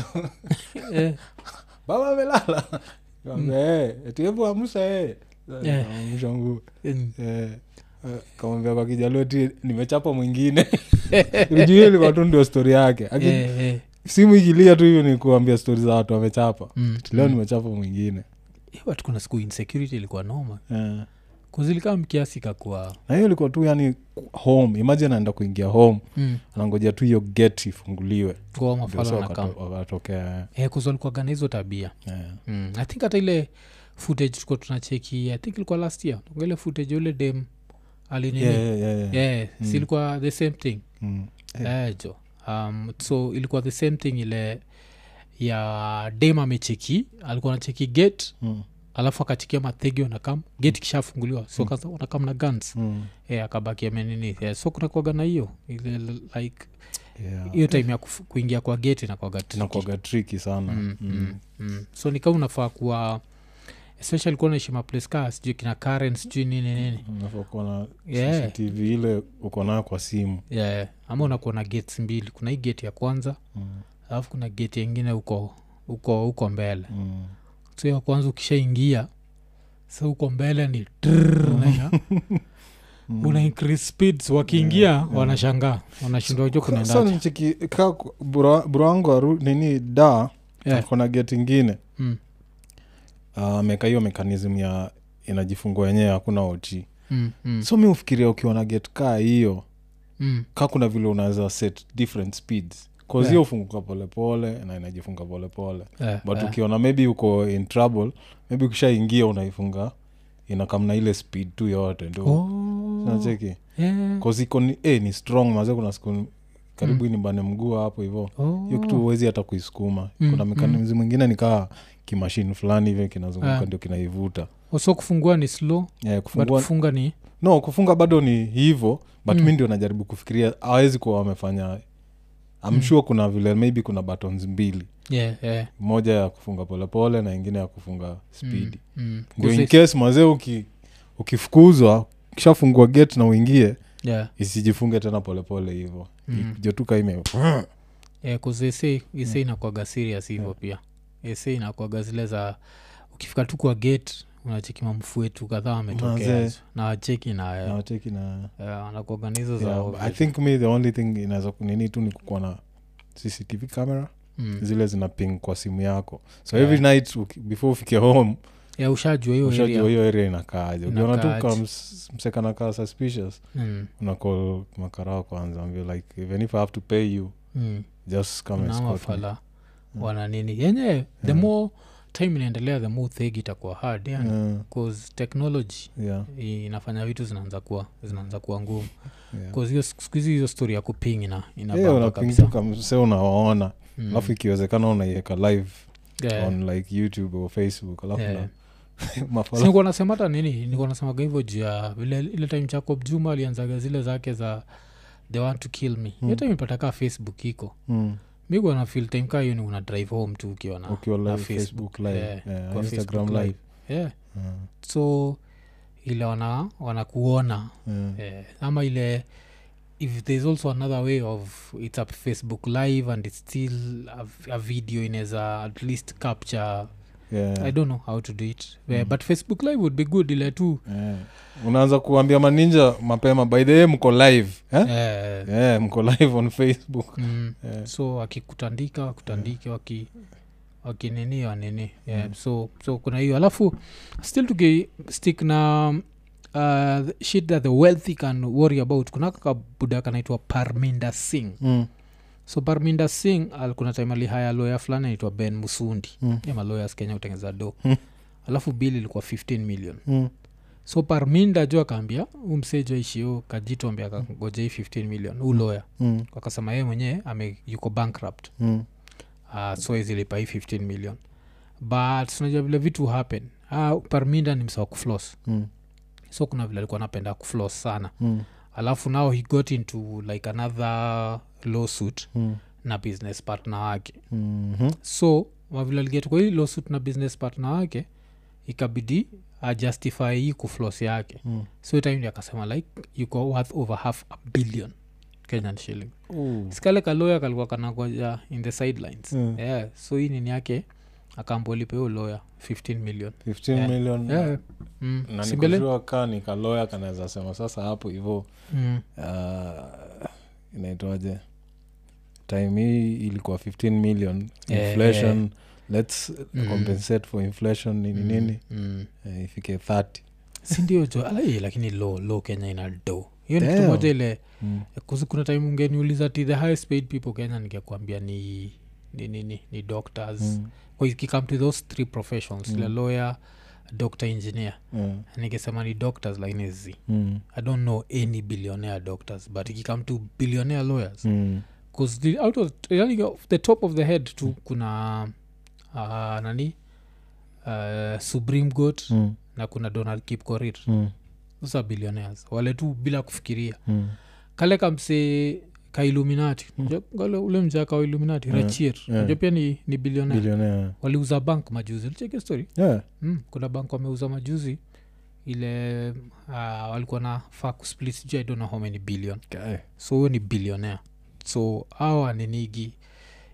Eh,
baba amelala Nikamwambia, "Eh, eti hebu amsha eh." Sasa
Hmm. Yeah.
nikamwamsha nguo
mm.
Eh, eh, kamwambia kwa kijaluo ti nimechapa mwingine juhiyo ilikuwa tu ndio stori yake Aki-
Yeah, yeah.
simu ikilia tu hivyo ni kuambia stori za watu wamechapa
Mm.
Ati leo nimechapa mwingine
Eh, but kuna siku insecurity ilikuwa noma
Eh.
kuzilikaa mkiasi kakua
na hiyo ilikuwa tu yani home imagine anaenda kuingia home
mm.
anangojea tu hiyo get ifunguliwe
kuwa
Ndio
mafala
so
na kama
wakato- wakatokea
eh, kuzalikuagana hizo tabia
eh. Eh.
mm. i think hata ile footage tulikuwa tunacheki i think ilikuwa last year ile footage ya ule dem alinini
Yeah,
yeah,
yeah, yeah, yeah. Mm.
silikuwa the same thing
Mm.
eh, jo um, so ilikuwa the same thing ile ya dem amecheki alikuwa anacheki gate
Mm.
alafu akachekia mathegi wanakam gate kishafunguliwa so mm. wanakam na guns
Mm.
e, akabaki amenini e, so kunakwaga na hiyo ile like
Yeah.
hiyo time ya kufu- kuingia kwa gate inakwaga tricky.
inakuaga triki sana
Mm,
Mm.
mm, mm. so nikaa unafaa kuwa especially kuwa naishi maplace kaa sijui kina karen sijui nini nini
Unafaa kuwa mm. na
Yeah.
cctv ile uko nayo kwa simu
yeah. Eh, ama unakuwa na gates mbili kuna hii gate ya kwanza
Mm.
alafu kuna gate yengine huko huko huko mbele
Mm.
so ya kwanza ukishaingia sa huko mbele ni trrrr, unaona?
Mm.
una increase speeds wakiingia wanashangaa wanashindwa jo
so
kunaendaje
nichiki ka ku- bro bro wangu aru- nini da
Yeah.
kuna geti ingine Ah,
Mm,
ameweka hiyo mekanism ya inajifungua yenyewe hakuna ot
mm, mm,
so mi ufikiria ukiwa na get kaa hiyo
mm.
ka kuna vile unaweza set different speeds
Yeah.
kahiyo ufunguka polepole na inajifunga polepole
Eh,
but
eh.
ukiona maybe uko in trouble maybe ukishaingia unaifunga inakamna ile speed tu yote ndo
Oh,
nacheki
yeah.
kaziko ni, eh, ni strong maze kuna siku karibu inibane mguu hapo hivo
Mm. Oh.
hiyo kitu huwezi hata kuisukuma
Mm,
kuna mekanizi mwingine nikaa kimashini fulani hivyo kinazunguka
Ah.
ndio kinaivuta
Oh, so kufungua ni slow
yeah,
but
kufungua,
kufunga ni
no kufunga bado ni hivo but
Mm.
mi ndio najaribu kufikiria awezi kuwa wamefanya
Mm.
I'm sure kuna vile maybe kuna buttons mbili
yeah, yeah.
moja ya kufunga polepole na ingine ya kufunga spidi
Mm,
ndio in
kusi-
case mazee uki, ukifukuzwa ukishafungua gate na uingie
yeah.
isijifunge tena polepole hivo
Mm.
jotuka ime
Eh, kuzi ese ese
Mm.
inakwaga serious hivyo pia ese inakwaga zile za ukifika tu kwa gate unacheki mamfu wetu kadhaa wametokea
Mazee.
na wacheki na
nawacheki na
anakwaga nizo Eh, za
yeah,
ovyo.
i think me the only thing inaweza kunini tu ni kukuwa na cctv camera
Mm.
zile zina ping kwa simu yako so
Yeah.
every night uki- before ufike home
Yeah, ushajua hiyo
ushajua
area.
hiyo area inakaaje ukiona tu
Inakaaje.
ka ms- msekanakaa suspicious
Mm,
unakol makarao kwanza ambio like even if i have to pay you
mm.
just come and
Kuna
escort me."
mafala
Mm.
wana nini yenye the more time inaendelea the more thegi itakuwa hard yani
Yeah,
cause technology
yeah,
inafanya vitu zinaanza kuwa zinaanza kuwa ngumu
yeah.
Cause hiyo siku siku hizi hizo story ya kuping ina
Yeah,
inabamba kabisa
unapingtuka mse unawaona alafu
Mm.
ikiwezekana unaiweka live
Yeah.
on like youtube or facebook alafu
Yeah.
na- mafala
sinikuwa nasema hata nini nilikuwa nasemaga hivyo juu ya vile ile time jacob juma alianzaga zile zake za they want to kill me hiyo time ipata kaa facebook iko
mm.
mi kuwa na feel time kaa hiyo ni una drive home tu ukiwa na
ukiwa
Ah, na
live facebook live
Yeah,
yeah,
kwa
instagram
Facebook
live Ah,
yeah.
Yeah,
so ile wana wanakuona
yeah.
eh, ama ile if there's also another way of its a facebook live and it's still a, a video inaweza at least capture
Yeah. Mm-hmm.
i don't know how to do it mm. but facebook live would be good ile tu
Yeah. unaanza kuambia maninja mapema by the way mko live eh?
eh,
yeah, mko live on facebook
mm,
yeah.
so akikutandika wakutandike waki wakinini wanini yeah,
Mm.
so so kuna hiyo alafu still tuki stick na uh, the shit that the wealthy can worry about kuna kakabuda kanaitwa parminda singh
mm.
so parminda singh al- kuna time alihaya lawyer fulani anaitwa ben musundi
Mm.
mm. malawyers kenya utengeza do
Mm.
alafu bill ilikuwa 15 million
Mm.
so parminda jo akaambia huu msee jo aishio kajitombea kagoja hii 15 million huu lawyer
Mm.
akasema yeye mwenyewe ame yuko bankrupt
Mm.
uh, so izilipa hii 15 million but unajua vile vitu happen uh, parminda ni msawa kuflos
Mm.
so kuna vile alikuwa anapenda kuflos sana
Mm.
alafu now he got into like another lawsuit
Mm.
na business partner wake
Mhm.
so wavile aliget kwa hii lawsuit na business partner wake ikabidi ajustify hii kuflos yake
Mm.
so time ndio akasema like yuko worth over half a billion kenyan shilling
Ooh.
skale kaloya kalikuwa kanagoja in the sidelines
Mm.
yeah. so hii nini yake akambolipeo loya 15 million
15
Yeah.
million
yeah. mm.
na
si mbele?
nikujua kaa nikaloya kanaweza sema sasa hapo hivo
mm.
uh, inaitwaje time hii ilikuwa 15 million
Eh,
inflation lets
Mm.
compensate for inflation nini
mm,
nini
mm.
eh, ifike 30
sindio jo ala eh, lakini lo lo kenya ina do hiyo ni kitu
Damn.
moja ile
mm.
kuzi kuna time ungeniuliza ti the highest paid people kenya ningekuambia ni ni nini ni doctors mm.
Mm.
kikam to those three professions mm.
Mm.
lawyer doctor engineer
Yeah.
ningesema ni doctors lakini zi
Mm.
i don't know any billionaire doctors but ikikam to billionaire lawyers
Mm.
because the, out of yani off the top of the head tu kuna uh, nani uh, supreme court mm.
Mm.
na kuna donald kip korir
Mm.
those are billionaires wale tu bila kufikiria
Mm.
kale kamse ka illuminati
Mm.
Unajua kale ule mjaka wa illuminati
Yeah,
rachir
yeah.
unajua pia ni, ni billionaire
Billionaire.
waliuza bank majuzi licheke story
Yeah.
mm, kuna bank wameuza majuzi ile uh, walikuwa na fa kusplit sijui i don't know how many billion
Guy.
so huyo ni billionaire so awa ninigi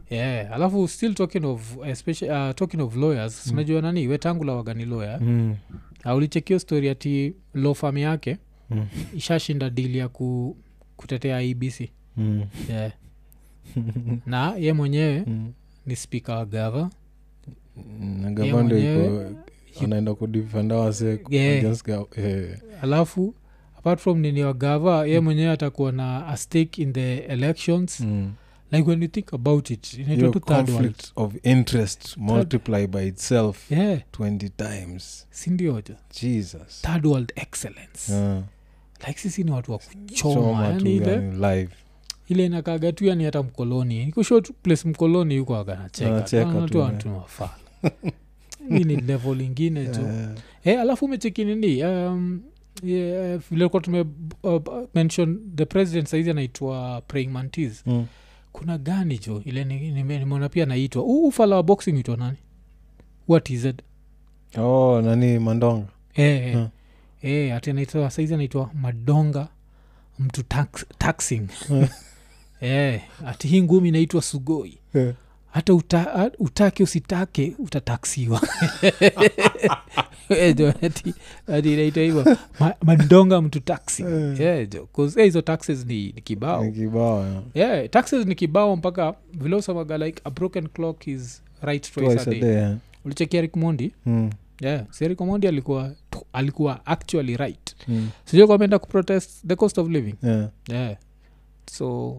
yeah. alafu still talking of especially, uh, talking of lawyers
Mm.
mm. sinajua nani wetangula wagani lawyer
Mm.
mm. aulichekio story ati law firm yake
Mm.
ishashinda dili ya ku, kutetea ebc
Mm.
yeah. na ye mwenyewe
Mm.
ni speaker wa gava
na gavando
mwenyewe-
iko anaenda kudifenda wase
Yeah.
against gov- eh.
alafu apart from nini wa gava ye mwenyewe atakuwa na a stake in the elections
Mm.
like when you think about it inaitwa
Hiyo
tu third world
conflict of interest multiply by itself
yeah
20 times
sindioja
jesus
third world excellence
Yeah.
like sisi ni watu wa kuchoma
Choma tu,
yani ile
yani, live.
ile inakaga tu yani hata mkoloni nikusho place mkoloni yuko
Anacheka tu, yeah.
aganachekatuantunawafala hii ni level ingine tu
Eh,
Eh, alafu umecheki nini um, yeah, vile kuwa tume uh, mention the president saizi anaitwa praying mantis
mm.
kuna gani jo ile ni- nime- nimeona pia anaitwa huu ufala wa boxing itwa nani wtz eh,
oh nani mandonga
eh.
Hmm.
eh, ati anaitwa saizi anaitwa madonga mtu tax, taxing eh, ati hii ngumi inaitwa sugoi
Eh.
hata uta, a- utake usitake utataksiwa Eh, jo, ati- ati inaitwa hivyo Ma- mandonga mtu taxi
Eh.
Yeah, jo, 'cause, eh, hizo taxes ni, ni kibao
Ni kibao ya.
yeah, taxes ni kibao mpaka vile usemaga like a broken clock is right twice a
Twice a
day
day, eh.
ulichekia rick mondi
Mm,
yeah. si rick mondi alikuwa alikuwa actually right
mm,
sijui kuwa ameenda kuprotest the cost of living
yeah.
yeah. so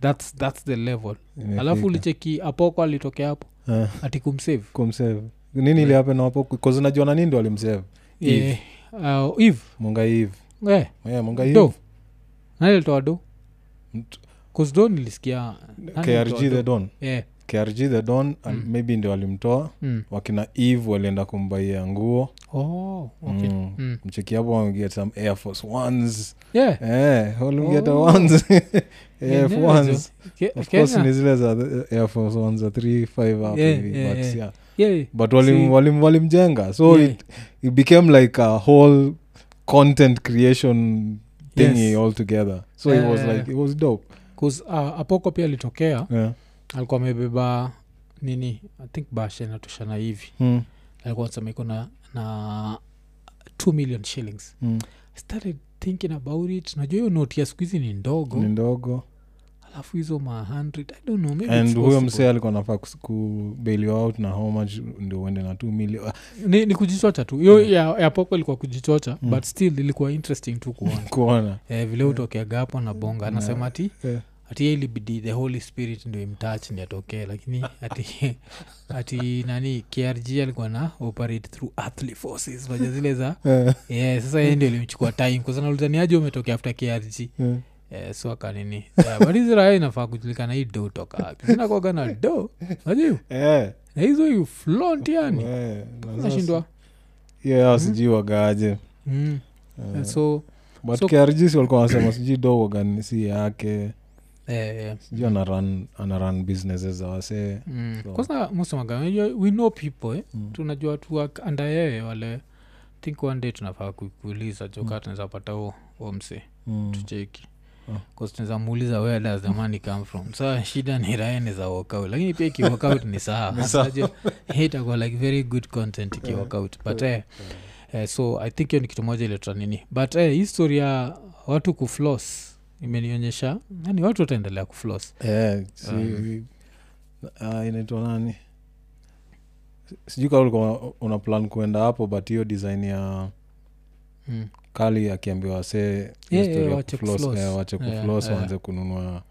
that's, that's the level
Imefika.
alafu ulicheki apoko alitokea hapo
Eh,
atikumsave
kumsave nini ili happen hapo Because unajua na nini ndo alimsave Eve.
Eh, uh, eve
munga eve
eh,
yeah, munga
do
eve
nani alitoa do
Mtu-
kusdo nilisikia nani
krg
alitoa
the
do?
don
Eh,
krg the don mm. maybe ndio walimtoa
mm.
wakina eve walienda kumbaia nguo
oh, okay.
mm.
Mm.
mcheki hapo wameget some air force ones
Yeah.
eh, walimgeta
Oh.
ones
Yeah,
air
yeah,
ones
Ke-
of course
Kenya.
ni zile za the- air force ones za 35 hapo
Yeah,
hivi
yeah,
but
yeah.
yeah.
Yeah.
but
See.
walim- walim- walimjenga so
Yeah.
it, it became like a whole content creation thingy
Yes.
altogether so it
Yeah,
was
yeah,
like
yeah.
it was dope
'Cause, uh, apoko pia alitokea
yeah.
alikuwa amebeba nini i think bash inatoshana hivi
mm.
alikuwa anasema iko na na 2 million shillings
Mm.
I started thinking about it najua hiyo noti ya siku hizi ni ndogo
ni ndogo
alafu hizo ma 100 i don't know maybe
and
it's
huyo
possible.
msee alikuwa nafaa kus- kubail you out na how much ndio uende na t million
ni, ni kujichocha tu hiyo ya, ya popo ilikuwa kujichocha
Mm.
but still ilikuwa interesting tu kuona
kuona
eh, vile utokeaga hapo na bonga anasema ati
Yeah.
ati yeye ilibidi the holy spirit ndio imtach ndi atokee lakini ati ati nani krg alikuwa na operate through earthly forces naja zile za
Eh,
yeah, sasa yeye ndio ilimchukua time kwasanalizaniaji umetokea after krg
eh.
Eh, so akanini yeah, but israel inafaa kujulikana hii do toka wapi sinakwaga na do najuu
Eh,
na hizo iflont yani
eh, na Hmm? sasa-
nashindwa
hiyo yao
Mm.
sijui wagaaje
mm.
Eh,
And so
but
so-
KRGs walikuwa wanasema sijui dogani si yake
eh, eh,
sijui ana run- ana run businesses za wasee
mm.
So-
kwanza msemaga unajua, we know people eh?
Mm.
tunajua watu wa anda yeye wale think one day tunafaa ku- kuuliza joka mm. tunaweza pata huo huo mse
Mm.
tucheki
Ah.
Cause tunaweza muuliza where does the money come from saa shida ni raene za workout lakini pia ikiworkout ni sawa
Ni sawa.
Unajua, hii itakuwa like very good content ikiworkout but eh, eh, so i think hiyo ni kitu moja ileta nini but eh, hii story ya watu kuflos imenionyesha yani watu wataendelea kuflos
Eh, si-
Um.
ah, inaitwa nani sijui kaa ulikuwa una plan kuenda hapo but hiyo design ya
mm.
kali akiambiwa wasee
Yeah,
history
yeah,
ya
wache
kufloss,
kufloss.
eh, wache
Yeah,
kufloss,
yeah.
waanze kununua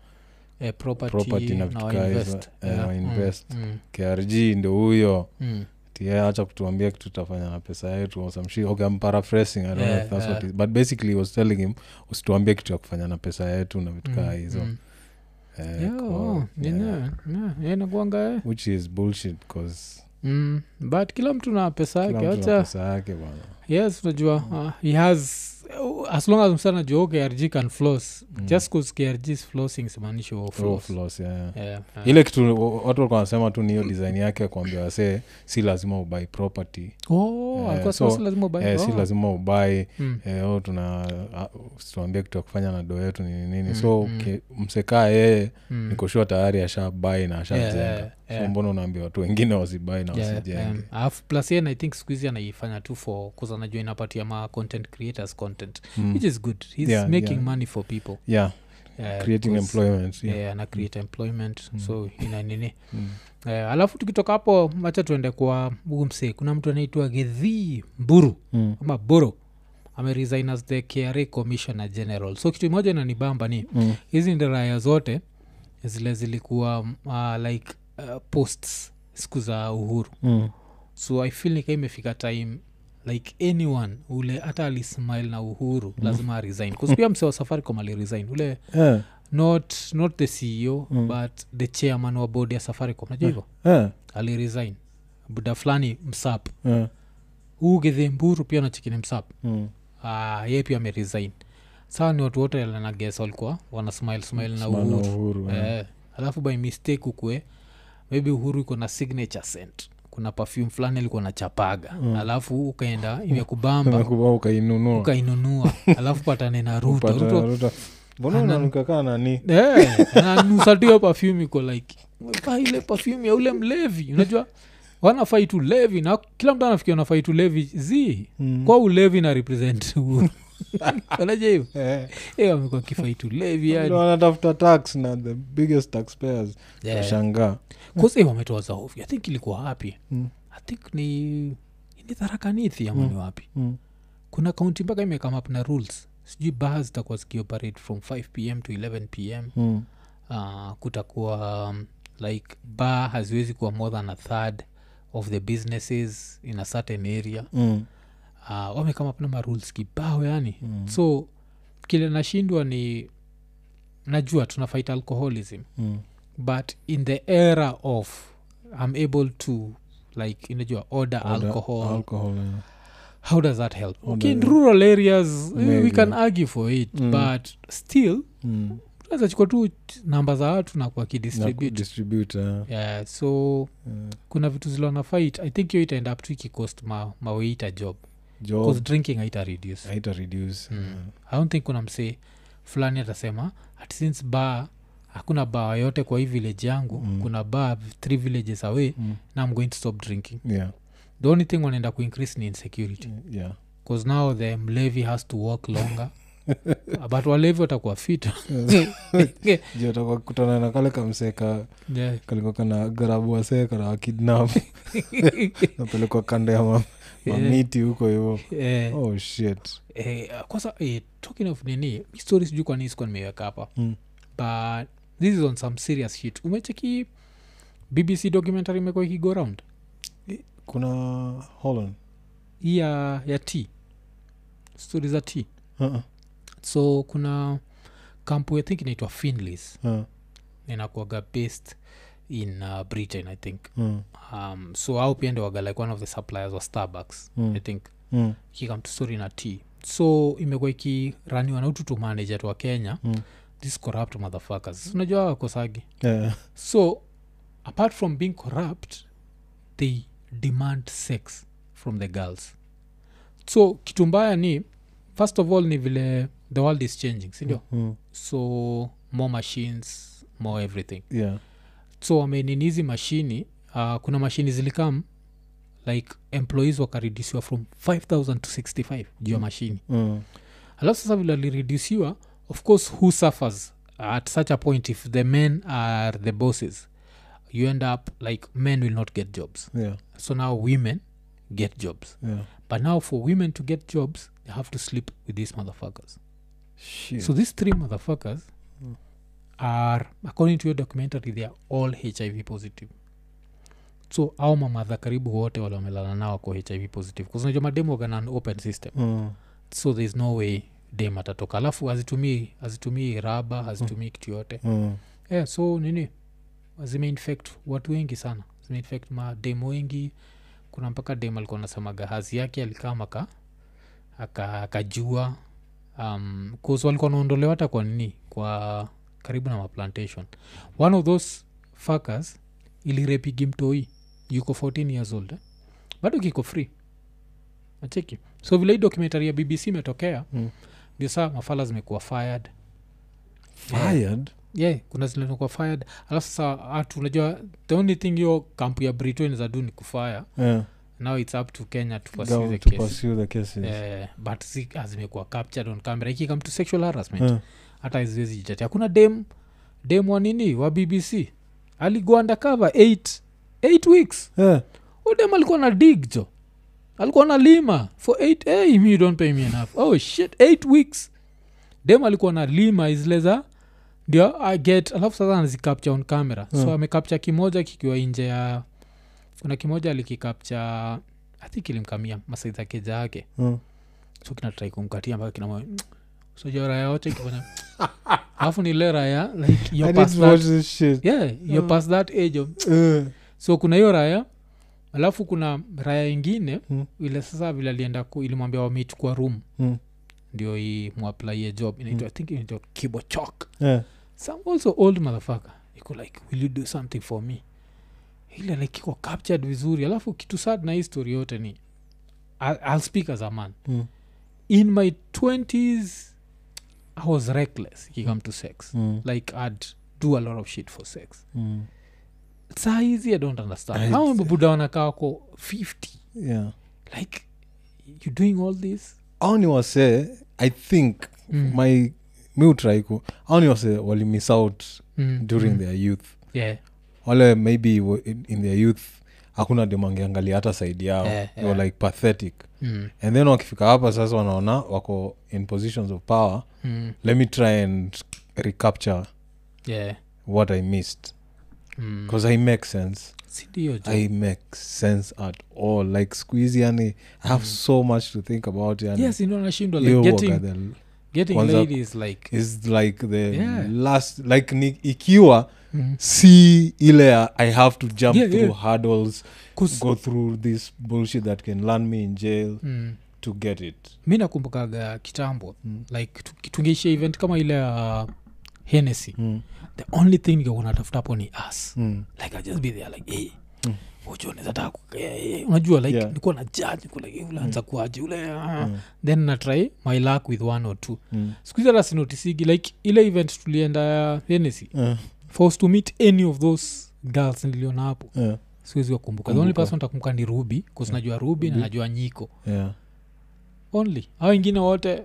eh, property,
Property na
na
vitu
wainvest.
kaa hizo, eh,
Yeah, mm,
wainvest.
mm,
krg ndo huyo
mm.
tia acha kutuambia kitu tutafanya na pesa yetu or some shit. okay, I'm paraphrasing, I don't know
Yeah,
if that's
yeah.
what it- but basically he was telling him usituambie kitu ya kufanya na pesa yetu na vitu kaa
Mm,
hizo
mm.
Eh,
Yeah,
kwa-
oh,
yeah.
yenyewe, yeah, yeah, inakuanga, eh.
which is bullshit 'cause
Mm, but kila mtu na pesa
kila
yake
mtu na
wacha
pesa yake bwana
yes unajua
Mm.
uh, he has uh, as long as msana najua krg can floss
Mm.
just cause krg is flossing simaanisha huo
Oh,
floss
floss, yeah, yeah.
Yeah, yeah.
ile kitu wa- watu walikuwa wanasema tu ni hiyo design yake kuambia wasee si lazima ubai property
Oh,
Eh,
alikuwa
so,
so, lazima ubai-
eh, si
oh.
lazima ubai
Mm,
eh, oh, tuna uh, situambia kitu ya kufanya na doo yetu nini nini
Mm,
so
mm.
ke- msekaa yeye
mm.
nikoshua tayari ashabai na
Yeah,
ashajenga
yeah, yeah.
so mbona unaambia watu wengine wasibai na
Yeah,
wasijenge
um, alafu plus yeye i think skuhizi anaifanya tu for bcause anajua inapatia ma content creators content
Mm.
um, which is good he's
Yeah,
making
yeah.
money for people
yeah
Eh,
creating
'cause-
employment yeah.
yeah. ana create employment
Mm.
so ina nini
Mm.
eh, alafu tukitoka hapo macha tuende kwa huyu msee kuna mtu anaitwa gedhi mburu
Mm.
ama boro ameresign as the kra commissioner general so kitu moja inanibamba ni
Mm.
hizi ndi raya zote zile zilikuwa uh, like uh, posts siku za uhuru
Mm.
so i feel nika imefika time like anyone ule hata alismile na uhuru
Mm.
lazima aresign bcause pia msee wa safaricom aliresign ule
Eh,
not not the ceo
Mm.
mm. but the chairman wa board ya safaricom najua hivo
eh,
aliresign buda fulani msap
eh,
huu gedhemburu pia nachikini msap
mm.
uh, ye pia ameresign sawa ni watu wote nagesa walikuwa wana smile smile na
Simama
uhuru
uhuru eh.
eh, alafu by mistake ukue maybe uhuru iko na signature scent kuna perfume fulani alikuwa na chapaga mm. alafu ukaenda imekubamba
Umekuwa ukainunua
ukainunua alafu patane na ruto
Upata-
ruto eh,
Ruto. mbona
Ana-
unanuka kaa nani
nanusatio perfume iko like "Weka ile perfume ya ule mlevi unajua wanafai tu levi na kila mtu anafikia wanafai tu levi z
Mm.
kwa ulevi na represent uhuru unaja hivo
Eh,
e wamekuwa kifai tu levi
ndio
yani
wanatafuta tax na the biggest taxpayers washangaa
kuse wametoa zaofi i think ilikuwa wapi
Mm.
i think ni ni tharakanithi ama ni wapi
Mm.
kuna kaunti mpaka imekam up na rules sijui baa zitakuwa zikioperate from 5 pm to 11 pm
Mm.
uh, kutakuwa um, like bar haziwezi kuwa more than a third of the businesses in a certain area
Mm.
uh, wamekama pana marules kibao yani
Mm.
so kile nashindwa ni najua tuna fight alcoholism
Mm.
but in the era of i'm able to like inajua order,
Order
alcohol
alcohol, yeah.
how does that help
Order,
okay, in
yeah.
rural areas eh, we
Maybe.
can argue for it
Mm.
but still
Mm.
unaweza chukua tu namba za watu na
Na
kuwakidistribute
kudistribute, yeah.
yeah, so
Yeah.
kuna vitu ziliona fight i think hiyo itaenda up tu ikikost ma, maweita job
Job,
bcause drinking haita reduce
haita reduce
Mm. i don't think kuna msee fulani atasema at since bar hakuna baa yote kwa hii village yangu
Mm.
kuna baa three villages away
Mm.
na i'm going to stop drinking
Yeah.
the only thing wanaenda kuincrease ni insecurity
Yeah.
bcause now the mlevi has to walk longer but walevi watakuwa fit
Juu atakuwa kutana na kale kamseka
Yeah.
kaliko kana garabua seka na wakidnap napelekwa kando ya ma-
Yeah.
mamiti huko hivo
Eh,
oh shit
eh, kwanza eh, talking of nini hii story sijui kwa nini sikuwa nimeiweka hapa
Mm.
but this is on some serious shit umecheki bbc documentary imekuwa ikigo round
kuna holland
hii ya, ya t stori za t
uh-uh.
so kuna kampu i think inaitwa finlays
uh,
inakuaga based in uh, britain i think
uh,
um, so au pia ndowaga like one of the suppliers wa starbucks
Mm.
i think
mm,
ikikam to story na t so imekuwa ikiraniwa na utu tu manager tu wa kenya
Mm.
this corrupt motherfuckers So unajua wakosagi
yeah.
so apart from being corrupt they demand sex from the girls so kitu mbaya ni first of all ni vile the world is changing sindio
Mm,
so more machines more everything
yeah.
so wamenini hizi mashini uh, kuna mashini zilikam like employees wakaredusiwa from 5000 to 65 juu ya mashini
Mm,
alafu sasa vile aliredusiwa of course who suffers at such a point if the men are the bosses you end up like men will not get jobs
yeah,
so now women get jobs
yeah.
but now for women to get jobs they have to sleep with these motherfuckers
Shit.
so these three motherfuckers
Mm.
are according to your documentary they are all hiv positive so au mamadha karibu wote wale wamelala nao wako hiv positive kuzinajua mademu wagana an open system
Mm,
so thereis no way dem atatoka alafu hazitumii hazitumii raba hazitumii kitu yote
mm,
yeah, so nini zimeinfect watu wengi sana zimeinfect mademu wengi kuna mpaka dem alikuwa nasemaga hazi yake alikama ka aka- akajua um, 'cause walikuwa naondolewa hata kwa nini kwa karibu na maplantation one of those fakas ilirepigi mtoi yuko 14 years old eh? bado kiko free acheki so vile hii documentary ya bbc imetokea
Mm.
ndio saa mafala zimekuwa fired
Fired?
yeah kuna zinakuwa fired alafu sasa watu unajua the only thing hiyo kampu ya britain za duni kufire
Yeah.
now its up to kenya to pursue
Down
the
to
case
pursue the cases.
Eh, but zi- ah, zimekuwa captured on camera ikikam to sexual harassment
Yeah.
hata ziwezi jitetea kuna dem dem wa nini wa bbc aligo undercover 8 8 weeks
Yeah.
udem alikuwa na dig jo alikuwa na lima for 8 hey, me you don't pay me enough oh shit 8 weeks dem alikuwa na lima isleza ndio i get alafu sasa anazicapture on camera mm.
Mm.
so amecapture kimoja kikiwa nje ya kuna kimoja alikikapture i think ilimkamia masaiza keja yake
Mm,
so kinatrai kumkatia mpaka "Mm, kinamwa sojora yaote kifanya alafu ni lera ya like
I
you're
didn't
past
watch
that,
this shit.
yeah, you're
Mm.
past that age of
Uh,
so kuna hiyo raya alafu kuna raya ingine
Mm.
ile sasa vile alienda ku ilimwambia wameichukua room
Mm.
ndio imuaplaie job inaitwa i think inaitwa kibochok
yeah.
some also old motherfucker iko like will you do something for me ile like iko captured vizuri alafu kitu sad na hii story yote ni I'll, I'll speak as a man
Mm,
in my 20s i was reckless if it come to sex
mm,
like i'd do a lot of shit for sex
mm.
saa hizi i don't understand
I-
hawa mabuda wanakaa wako 50
Yeah.
like you doing all this
Hao ni wasee i think
Mm.
my mi utraiku au ni wasee walimiss out
Mm,
during
mm.
their youth
yeah
wale maybe wa- in, in their youth hakuna demangeangalia hata saidi yao
Eh,
They were
eh.
like pathetic
mm,
and then wakifika hapa sasa wanaona wako in positions of power
mm,
let me try and recapture
yeah
what i missed
mm.
because i make sense
sindio jo
i make sense at all like squeezy yani i have so much to think about yani
Mm. yes you know nashindwa
Hiyo
like
huwaga
getting
the-
getting
kwanza-
ladies like
is like the
Yeah.
last like ni, ikiwa
Mhm.
si ile ya i have to jump
Yeah,
yeah, through
yeah.
yeah. hurdles
'Cause-
go through this bullshit that can land me in jail
mm.
to get it
mi nakumbukaga kitambo
Mm.
like tu- tungeisha event kama ile ya hennessy
mm.
the only thing ningekuwa natafuta hapo ni as
Mm.
like I'll just be there like hey,
Mm.
ucho nezataka eh, unajua like
Yeah. Mm.
nikuwa na judge nikuwa like ulaanza kuaje ule ah. then natry my luck with one or two
Mm.
sikuizi hata sinotisigi like ile event tulienda ya hennessy
Eh,
forced to meet any of those girls niliona hapo
eh,
siwezi wakumbuka the only
Kumbuka.
person takumbuka ni ruby bcause najua ruby na najua nyiko
yeah.
only hao wengine wote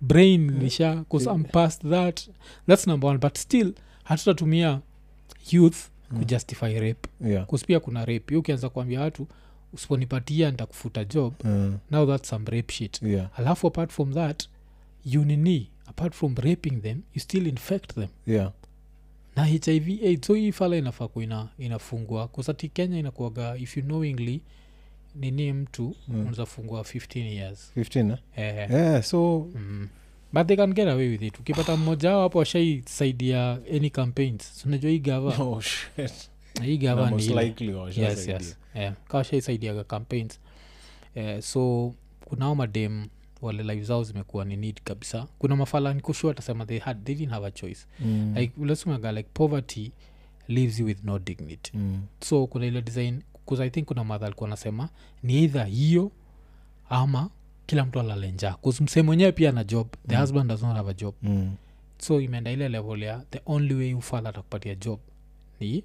brain lisha bcause I'm past that that's number one but still hatutatumia youth kujustify rape
Yeah.
bcause pia kuna rape hiyo ukianza kuambia watu usiponipatia nitakufuta job
Eh,
now that's some rape shit
yeah.
alafu apart from that you nini apart from raping them you still infect them
Yeah.
na hiv AIDS, so hii fala inafaa kuwa ina, inafungwa kusati kenya inakuaga if you knowingly nini mtu mm. unaweza fungua 15 years
15 eh?
eh,
yeah, so
mm. but they can get away with it ukipata mmoja wao hapo washaisaidia any campaigns So unajua hii gava
oh, shit.
hii gava
Na
ni
most
ile
likely oh, washasaidia.
yes, yes. yeah. kawashaisaidiaga campaigns eh, so kunao madem wale live zao zimekuwa ni need kabisa kuna mafala nikushua atasema they, had, they didn't have a choice
Mm.
like ulasumaga like poverty leaves you with no dignity
Mm.
so kuna ile design bcause i think kuna madha alikuwa anasema ni either hiyo ama kila mtu alale njaa bcause msee mwenyewe pia ana job the husband does not have a job
Mm.
so imeenda ile level ya the only way ufala atakupatia job ni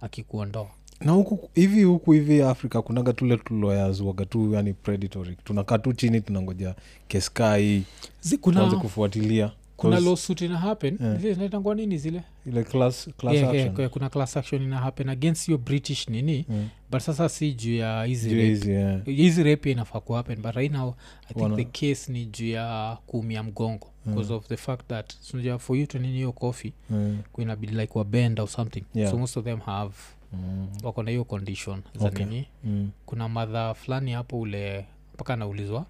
akikuondoa
na huku hivi huku hivi afrika kunaga tule tuloyas waga tu yani predatory tunakaa tu chini tunangoja keskaa hii
Zi-
tuanze
kuna,
kufuatilia
kuna
'Cause
lawsuit ina happen zile zinaitangwa nini zile
ile class, class
Yeah, yeah,
action
kwa- kuna class action ina happen against hiyo british nini
Mm.
but sasa si juu ya hizi
Juu
rape.
hizi, yeah.
hizi rape pia inafaa kuhappen but right now i think
Wana-
the case ni juu ya kuumia mgongo because of the fact that sinajua for you to nini hiyo coffee
Mm.
kuinabidi like wabend or something
Yeah.
so most of them have
Mm.
wako na hiyo condition za
Okay.
nini
Mm.
kuna madha fulani hapo ule mpaka anaulizwa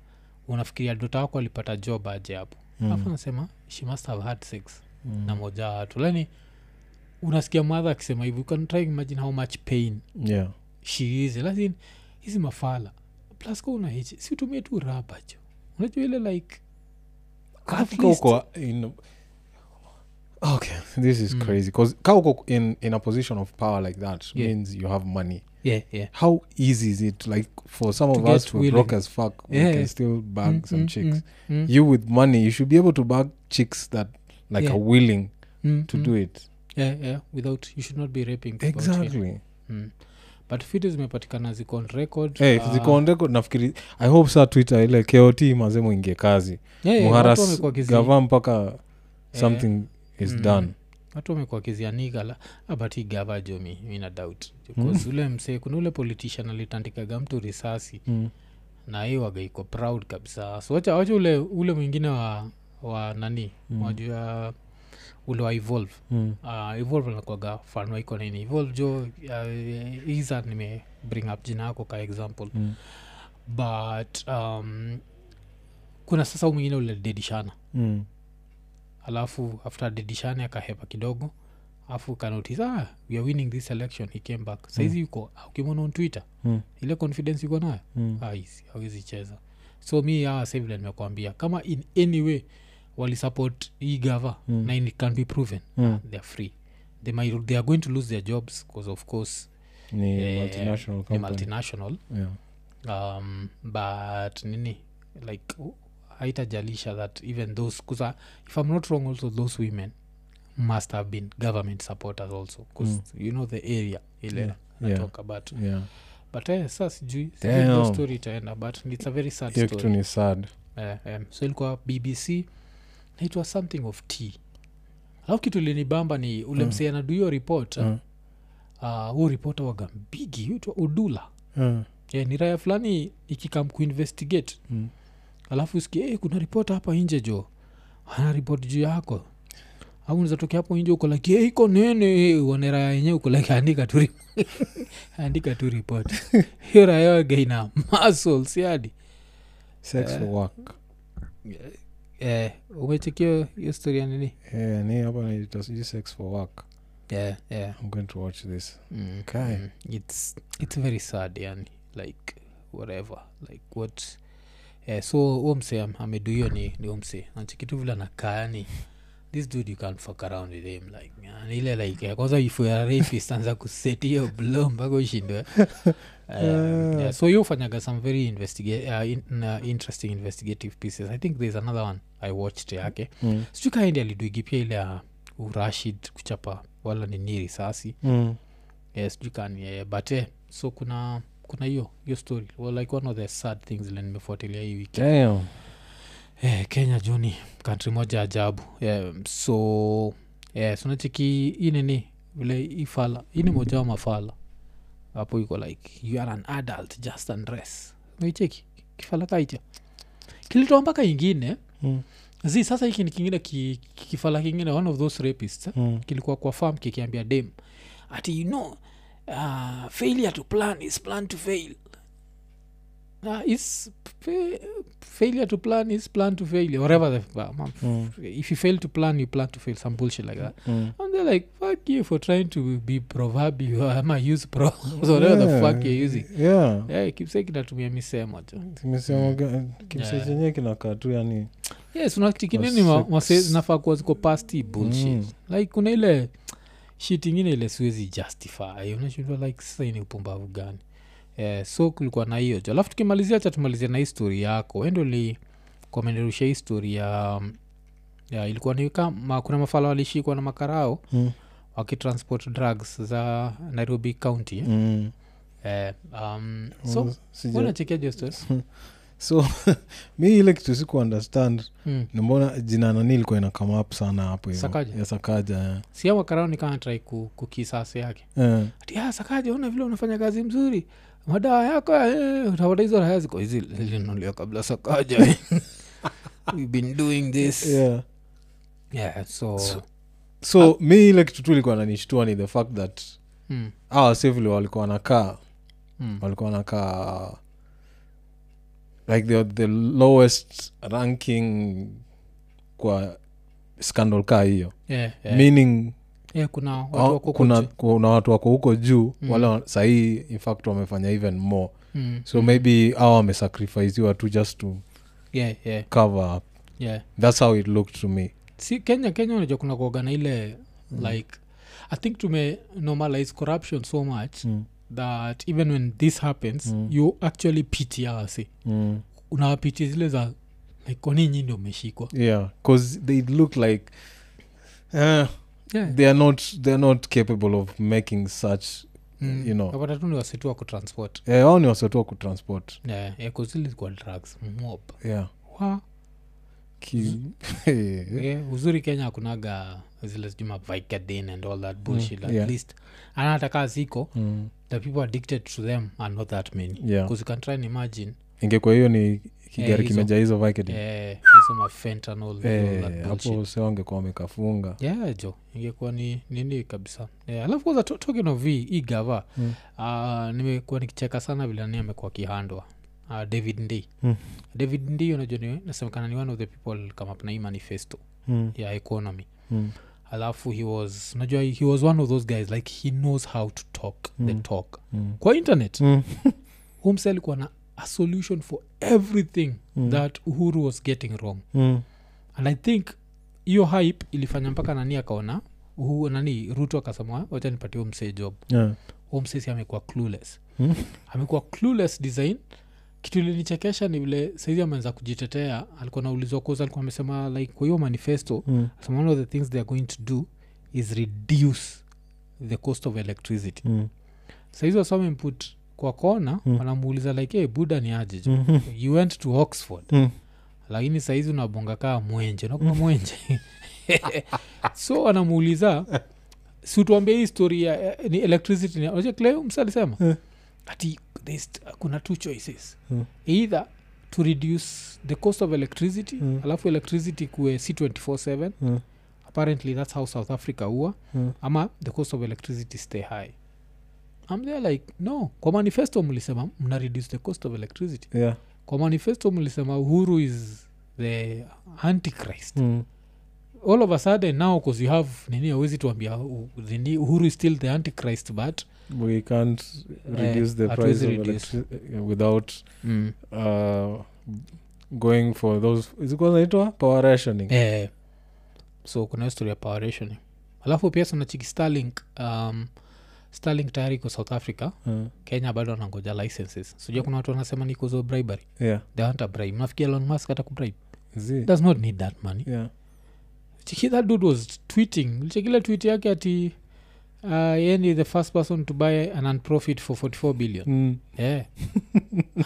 unafikiria dota wako alipata job aje hapo
Mm.
alafu anasema she must have had sex
Mm.
na moja wa watu lani unasikia madha akisema hivi you can try imagine how much pain
Yeah.
shiizi lakini hizi mafala plus ka una hichi si utumie tu raba jo unajua ile like at
Afrika
least- Mm.
huko in- okay this is crazy because kauko in, in a position of power like that
Yeah.
means you have money
yeah, yeah.
how easy is it like for some
To
of us
get
who are broke
willing.
as fuck
Yeah.
we can still bag
Mm,
some
mm,
chicks
mm,
you with money you should be able to bag chicks that like
Yeah.
are willing
mm,
to
mm.
do it
yeah, yeah. without you should not be raping people chini.
exactly
mm. but fiti zimepatikana ziko on record
hey,
Ah,
zikondeko nafikiri i hope sa twitter ile kot maze mwingie kazi
Ah, yeah, yeah, watu
muharas
wamekuwa Eh. wakizi-
gava mpaka something is
Mm.
done
watu wamekuwa "Ah, kizianigala abati gava jomi mina doubt bcause ule msee kuna ule politician alitandikaga mtu risasi
Mm.
na hii waga iko proud kabisa so wacha, wacha ule, ule mwingine wa, wa nani mm. wajua ule wa evolve
Mm.
uh, evolve anakwaga fanwa iko nini evolve jo uh, isa nime bring up jina yako ka example
Mm.
but um, kuna sasa huu mwingine ule dedishana
Mm.
alafu after dedishana akahepa kidogo afu kanotis ah, we are winning this election he came back saizi yuko ah, ukimwona on twitter
Mm.
ile confidence yuko nayo
Mm.
haizi hawezi cheza so mi hawa sa vile nimekuambia kama in any way walisupport hii gava mm. na it can be proven
Mm.
they are free they, might, they are going to lose their jobs because of course
ni
eh,
multinational
ni
company
multinational
yeah.
um, but nini like u- haitajalisha that even those kusa if i'm not wrong also those women must have been government supporters also because mm. you know the area ile
Yeah,
yeah.
yeah.
natoka but
yeah.
but eh, sa sijui sijui
Damn.
hiyo story itaenda but it's a very sad
hiyo
story
kitu ni sad
eh, em, so ilikuwa bbc naitwa something of tea alafu kitu linibamba ni ule msee anadu hiyo report
Mm.
ah, huo ripota waga mbigi huitwa udula
Mm.
yeah, Eh, ni raya fulani ikikam kuinvestigate
Mm.
alafu siki hey, kuna ripota hapa nje jo ana ripoti juu yako au nizatokea hapo nje uko like hey, iko nene uone raya yenyewe uko like andika tu ri- andika tu ripoti hiyo raya waga ina muscles yadi
sex for work
eh, umechekio Eh, hiyo story ya nini
Eh, ni hapa naita sijui sex for work
yeah, yeah.
i'm going to watch this
Mm,
Okay.
mm. it's it's very sad yani like whatever like what eh, so huo mse am- ameduhiyo ni ni umse anchikitu vile anakaa yani this dude you can't fuck around with him like yani ile like eh, kwanza ifuarafstanza kuseti hiyo blo mpaka ushindwe um, yeah, so you ufanyaga some very investiga- uh, in, uh, interesting investigative pieces i think there's another one i watched yake
mm.
sijui kaendi aliduigi pia ile ya urashid kuchapa wala nini risasi
Mm.
yes you can yeah, but eh, so kuna kuna hiyo hiyo story well, like one of the sad things ile nimefuatilia hii wiki
Damn.
eh, kenya juni kantri moja ajabu eh, so eh, sunachiki hii nini vile hii fala hii ni moja wa mafala hapo iko like you are an adult just undress meicheki kifala kaicha kilitoa mpaka ingine
Mm.
zi sasa hiki ni kingine ki, ki- kifala kingine one of those rapists eh?
Mm.
kilikuwa kwa farm kikiambia dem ati you know uh, failure to plan is plan to fail uh, is fa- failure to plan is plan to fail or whatever the, uh, mom,
Mm.
if you fail to plan you plan to fail some bullshit like that
Mm.
and they're like fuck you for trying to be proverbial ama use proverbs or whatever the fuck you're using
yeah
yeah, kimse kinatumia misemo tu Yeah.
kimsechenye kinakaa tu yani
yes unakikinini ma-
Wase-
mase- zinafaa kuwa ziko past hii bullshit
Mm.
like kuna ile shit ingine ile siwezi justify unashindwa like sasa hii ni upumbavu gani eh, so kulikuwa na hiyo jo alafu tukimalizia cha tumalizia na hii story yako endo li komenderusha hii story ya, ya ilikuwa ni kama kuna mafala walishikwa na makarao
Mm.
wakitransport drugs za nairobi county eh?
Mm.
eh, um, so
Sija-
wanachekia jo story
so mi ile kitu siku understand
mm.
nambona jina nani ilikuwa ina come up sana hapo hivyo.
Sakaja.
Ya sakaja yeah.
sia makarao nikaa trai kukisasi yake
Yeah.
Ati, "Ah, sakaja ona vile unafanya kazi mzuri madawa yako eh, utafuta hizo raya ziko hizi linulia kabla sakaja We've been doing this
Yeah.
yeah, so,
So-
Ah.
so mi ile kitu tu ilikuwa nanishtua ni the fact that
mm,
awa vile walikuwa wanakaa
mm,
walikuwa wanakaa like they were the lowest ranking kwa scandal kaa hiyo
yeah, yeah.
meaning
yeah, kuna watu
au-
wako
Oh, kuna,
kote.
kuna watu wako huko juu
Mm.
mm. wale wa- sahii in fact wamefanya even more
Mm,
so maybe awa wamesacrifiziwa tu just to
yeah, yeah,
cover up
yeah.
that's how it looked to me
si kenya kenya unajua kuna kuoga na ile
Hmm.
like i think tume normalize corruption so much
Mm.
that even when this happens
Mm.
you actually pity awasi
mm.
unawapiti zile za like kwani nyi ndio mmeshikwa
yeah because they look like uh,
yeah.
they are not they are not capable of making such
Mm.
you know.
Napata tu ni wasitu wa kutransport
eh, au ni wasiotua kutransport
Yeah, yeah, 'cause zile zilikuwa drugs mob
yeah
Wa.
Ki,
Yeah, uzuri kenya akunaga zile sijuma vicadin and all that bullshit at
Mm. yeah.
least ana hata kaa ziko
mm.
the people addicted to them are not that many
yeah.
bcause you can try and imagine
ingekuwa hiyo ni
Eh,
kigari
hizo.
kimejaa hizo Vicodin.
eh, hizo mafentanol and all that
Eh,
bullshit
hapo se wangekuwa wamekafunga
yeah jo ingekuwa ni nini kabisa yeah, alafu kwanza to- talking of hii hii gava
Mm.
uh, nimekuwa nikicheka sana vile nani amekuwa kihandwa uh, david ndi
Mm.
david ndi unajua ni- nasemekana ni one of the people come up na hii manifesto
Mm,
ya economy
mm,
alafu he was unajua he was one of those guys like he knows how to talk mm. the
Mm.
talk
mm,
kwa internet
mm,
humse alikuwa na a solution for everything mm.
mm,
that uhuru was getting wrong
mm,
and i think hiyo hype ilifanya mpaka nani akaona huu nani ruto akasema wacha nipatie msee job
yeah,
Huyu msee si amekuwa clueless
Mm.
amekuwa clueless design kitu linichekesha ni vile saizi ameanza kujitetea alikuwa naulizwa koza alikuwa amesema like kwa hiyo manifesto
mm,
so one of the things they are going to do is reduce the cost of electricity
mm,
saizi wasomemput kwa kona
Mm.
wanamuuliza like hey, buda ni aje jo?"
mhm,
you went to oxford
mm,
lakini saizi unabonga kaa mwenje nakuna mwenje so anamuuliza situambia hii story ya eh, ni electricity ni- unajua kile msa alisema
Eh.
ati there's t- kuna two choices
Hmm.
either to reduce the cost of electricity
Hmm.
alafu electricity kuwe c 247
mm,
apparently that's how south africa huwa
mm,
ama the cost of electricity stay high I'm there like no kwa manifesto mlisema mna reduce the cost of electricity
yeah,
kwa manifesto mlisema uhuru is the antichrist
mm,
all of a sudden now cause you have nini awezi tuambia u- nini uhuru is still the antichrist but
we can't reduce the price
hatuwezi
of
Eh, reduce.
electric- without
mm.
uh, going for those zilikuwa zinaitwa power rationing
eh, so kuna hiyo story ya power rationing alafu pia sunachiki starlink um, starlink tayari iko south africa
Uh,
kenya bado anangoja licenses sijua kuna watu wanasema ni kuzo bribery
yeah.
they want a bribe nafikia elon musk hata kubribe
Zi-
does not need that money
yeah.
Cheki, that dude was tweeting chekila tweet yake ati uh, yeye ni the first person to buy an unprofit for 44 billion
Mm.
yeah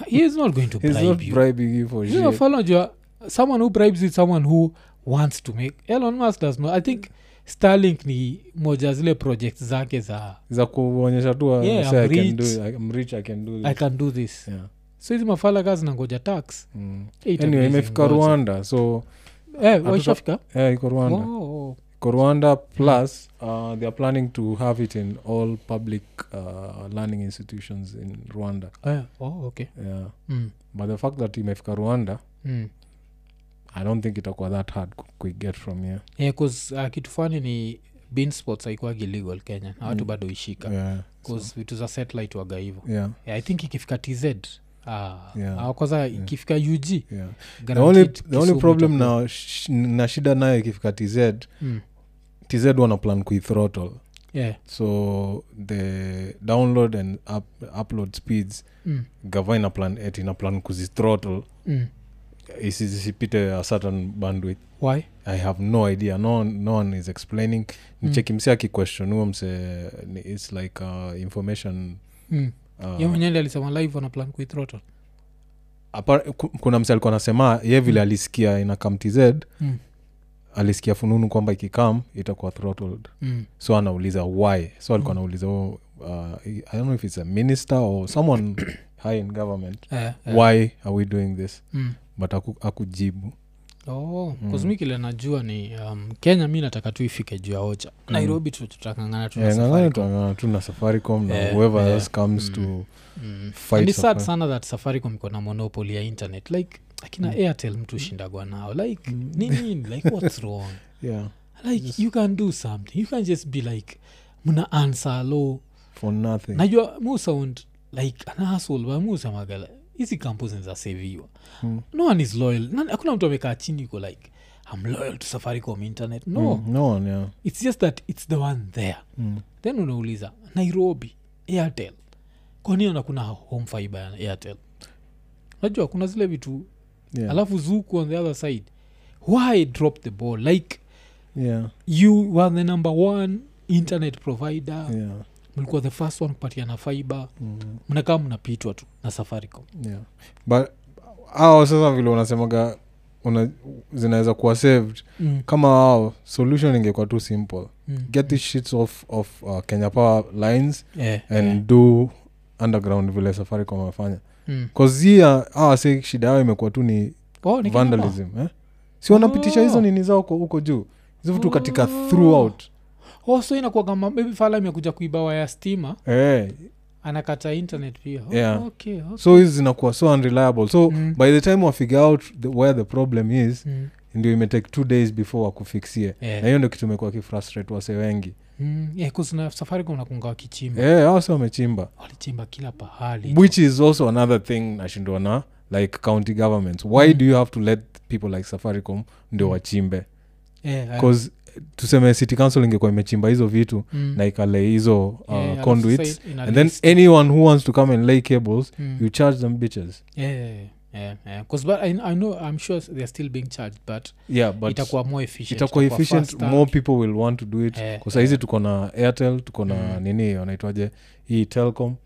he is not going to
He's
bribe
not
you
bribing you for
you know
shit.
follow your someone who bribes is someone who wants to make elon musk does not i think starlink ni moja ya zile project zake za
za kuonyesha tu uh,
Yeah,
say
I'm
I can
rich.
do it. I- I'm rich, I can do
i
this.
can do this
Yeah.
so hizi mafala kaa zinangoja tax
Mm.
Eight
anyway
amazing
imefika
gods.
rwanda so
eh, waishafika
yeah, iko
oh,
rwanda
oh.
iko rwanda plus uh, they are planning to have it in all public uh, learning institutions in rwanda
Eh, oh, okay
yeah.
mm.
but the fact that imefika rwanda
Mm.
i don't think itakuwa that hard ku- kuiget from here
Yeah, 'cause, uh, kitu fani ni bean sports haikuwagi legal kenya na watu bado ishika
Mm. yeah. so,
'Cause vitu za satellite waga hivo
yeah,
yeah, i think ikifika tz uh,
Yeah.
yeah. kwanza ikifika ug
yeah. the only,
guaranteed
the only
Kisumu
problem
itakuwa-
na, sh- na shida nayo ikifika tz
Mm.
tz wana plan kuithrottle
Yeah.
so the download and up, upload speeds
Mm.
gava ina plan et ina plan kuzithrottle
Mm.
isi- zisipite a certain bandwidth
why
i have no idea no, one- no one is explaining
Mm.
nicheki mse akiquestion huo mse ni- its like uh, information
mm.
uh,
ye mwenyewe ndiye alisema live wana plan kuitroto
apar- ku- kuna mse alikuwa anasema ye vile
Hmm.
alisikia ina kam tz
Mm.
alisikia fununu kwamba ikikam itakuwa throttled
mm.
so anauliza why so alikuwa
Mm.
anauliza huo, uh, i don't know if it's a minister or someone high in government
eh, eh.
why are we doing this
mm.
but haku- hakujibu
oh,
Mm.
mm. kile najua ni um, kenya mi nataka tu ifike juu ya ocha mm. nairobi tu- tutakangana tu na
Yeah, Eh, ng'ang'ana
Safaricom.
tuang'ang'ana tu na safaricom na
Yeah,
whoever
yeah.
else comes
Mm.
to
Mm.
fight
And it's sad
Safaricom.
sana that safaricom iko na monopoly ya internet like akina
Mm.
airtel mtu shindagwa nao like
Mm.
ni nini like what's wrong
yeah
like
Yes.
you can do something you can just be like mna answer lo
for nothing
najua mu sound like anahasol ba mu semaga hizi kampuni zaseviwa
Mm.
no one is loyal Nani- hakuna mtu amekaa chini yuko like i'm loyal to safaricom internet no
Mm, no one yeah
it's just that it's the one there
Mm.
then unauliza nairobi airtel kwani ana kuna home fiber ya airtel najua kuna zile vitu
yeah
alafu zuku on the other side why drop the ball like
yeah
you were the number one internet provider
yeah
mlikuwa the first one kupatiana fiber
Mm,
mnakaa mnapitwa tu na safaricom
yeah but ao sasa vile unasemaga una, zinaweza kuwa saved
mm.
kama wao solution ingekuwa too simple
Mm.
get these shits off of uh, kenya power lines
Eh,
and
eh.
do underground vile safaricom wamefanya
Mm.
kaziawase shida yao imekuwa tu
Oh,
ni
ni Kenya Power.
vandalism eh? si wanapitisha hizo
Oh.
nini zao huko- huko juu hizo vitu katika
Oh.
throughout
Oh, so inakuwa kama maybe fala imekuja kuiba waya stima
eh,
anakata internet pia oh,
Yeah.
okay, okay.
so hizi zinakuwa so unreliable so
Mm.
by the time wafigure out the, where the problem is
Mm.
ndio imetake two days before wakufixie
Eh.
na hiyo ndio kitu imekuwa kifrustrate wase wengi
Mm, yeah, 'cause na safaricom nakunga wakichimba
eh, hao si wamechimba
walichimba kila pahali
which is also another thing nashindwa na like county governments why
Mm.
do you have to let people like safaricom ndio
Mm.
wachimbe
Eh, eh,
bcause tuseme city council ingekuwa imechimba hizo vitu
mm.
na ikale hizo uh,
Eh, alafu
conduits
sasa ina
and then
list.
anyone who wants to come and lay cables
Mm.
you charge them bitches
Eh, eh, eh. 'Cause but I, I know i'm sure they're still being charged but,
yeah but
itakuwa more efficient
itakuwa efficient
faster.
more people will want to do it
Eh,
kwa sahizi
eh.
tuko na airtel tuko na
Mm.
nini wanaitwaje hii telcom
mm,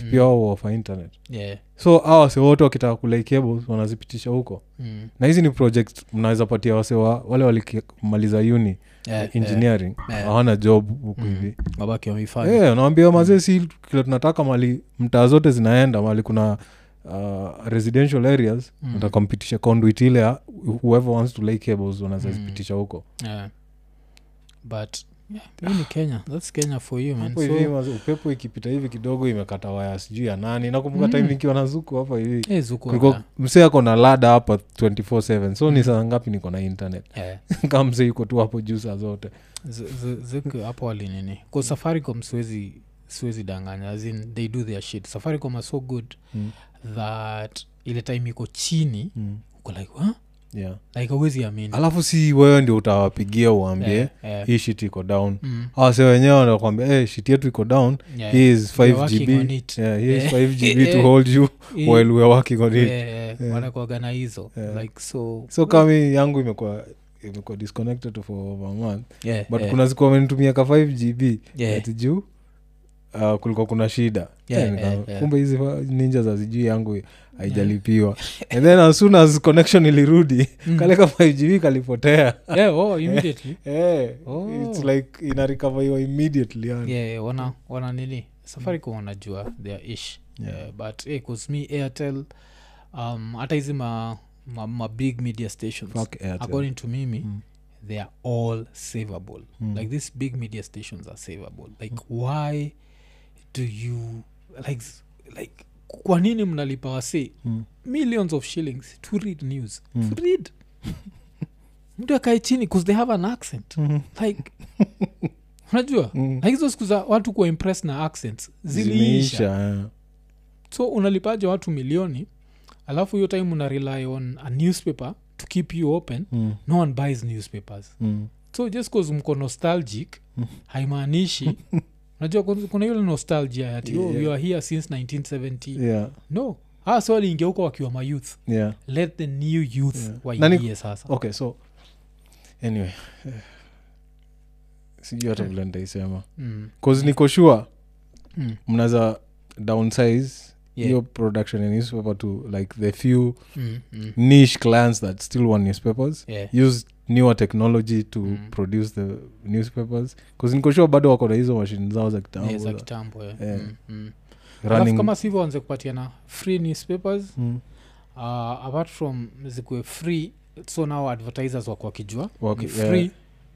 mm,
pia wao wafa internet
yeah,
so awa wase wote wakitaka kulai cables wanazipitisha huko
mm,
na hizi ni project mnaweza patia wase wa, wale walikimaliza uni
eh, eh,
engineering
eh.
hawana job huku
Mm.
hivi
mabaki wameifanya
yeah, naambia mazee si kile tunataka mali mtaa zote zinaenda mali kuna uh, residential areas
Mm.
atakampitisha conduit ile ya whoever wants to lay cables wanaweza
Mm.
zipitisha huko
Eh. but hii ni kenya thats kenya for you man
Hapo hivi
so,
mazi- upepo ikipita hivi kidogo imekata waya sijui ya nani nakumbuka time
Mm.
nikiwa na zuku hapa hivi
eh, zuko
Kulikuwa-
na-
msee ako na lada hapa 24/7 so ni saa ngapi niko na internet
eh,
kama msee yuko tu hapo juu saa zote
zu- zu- zuko hapo walinini ko safaricom siwezi siwezi danganya as in they do their shit safaricom are so good
Mm.
that ile time iko chini uko like huh?
yeah.
like awezi amini
alafu si wewe ndio utawapigia uambie
Eh, eh,
hii shit iko down
mm,
awase wenyewe wanakwambia hey, shit yetu iko down
yeah,
Hii is
We are working on
5gb
it.
yeah, here is
Eh,
5gb
eh,
to hold you
Hii-
while we are working on it
eh, eh, wanakuwaga na hizo
Yeah.
like so
so kama hii yangu imekuwa imekuwa disconnected for over a month
yeah,
but
yeah,
kuna siku wamenitumia ka 5gb
yeah,
ati juu uh, kulikuwa kuna shida
Yeah,
Eh, nika-
yeah, yeah.
kumbe hizi fa- ninja za sijui yangu haijalipiwa and then as soon as connection ilirudi
Mm.
kale ka 5gb kalipotea
Yeah, oh, immediately
Eh,
Oh.
its like inarecoverwa immediately yaani. yani.
yeah, yeah, wana, wana nini safaricom wanajua their ish
Yeah.
Eh, but eh, cause me airtel um, hata hizi ma, ma, ma big media stations
Fuck Airtel.
according to mimi
Mm.
they are all savable
Mm.
like these big media stations are savable like why do you like s- like kwa nini mnalipa wasi
Mm.
millions of shillings to read news
Mm.
to read mtu akae chini bcause they have an accent
Mhm.
like unajua
Mm.
na hizo siku za watu kuwa impress na accents ziliisha
Zimeisha, eh.
so unalipaje watu milioni alafu hiyo time una rely on a newspaper to keep you open
Mm,
no one buys newspapers
mm.
so just cause mko nostalgic haimaanishi unajua kun- kuna ile nostalgia ati oh,
Yeah.
we are here since 1970
Yeah,
no hawa si waliingia huko wakiwa mayouth
yeah.
let the new youth
Yeah. Oh.
waingie sasa
okay so anyway eh, sijui hata vile nitaisema
mm.
bause niko sure
Mm.
mnaweza downsize
Yeah.
your production in newspaper to like the few
Mm. Mm.
niche clients that still want newspapers
Yeah.
use newer technology to
Mm.
produce the newspapers bause niko sure bado wako na hizo mashini
Yeah,
zao za
za
kitambo za
kitambo yeah.
Yeah.
Mm. Mm. Alafu
running
kama sivyo wanze kupatiana free newspapers
Mm,
uh, apart from zikuwe free so now advertisers wako wakijua
Waki-
ni free
yeah.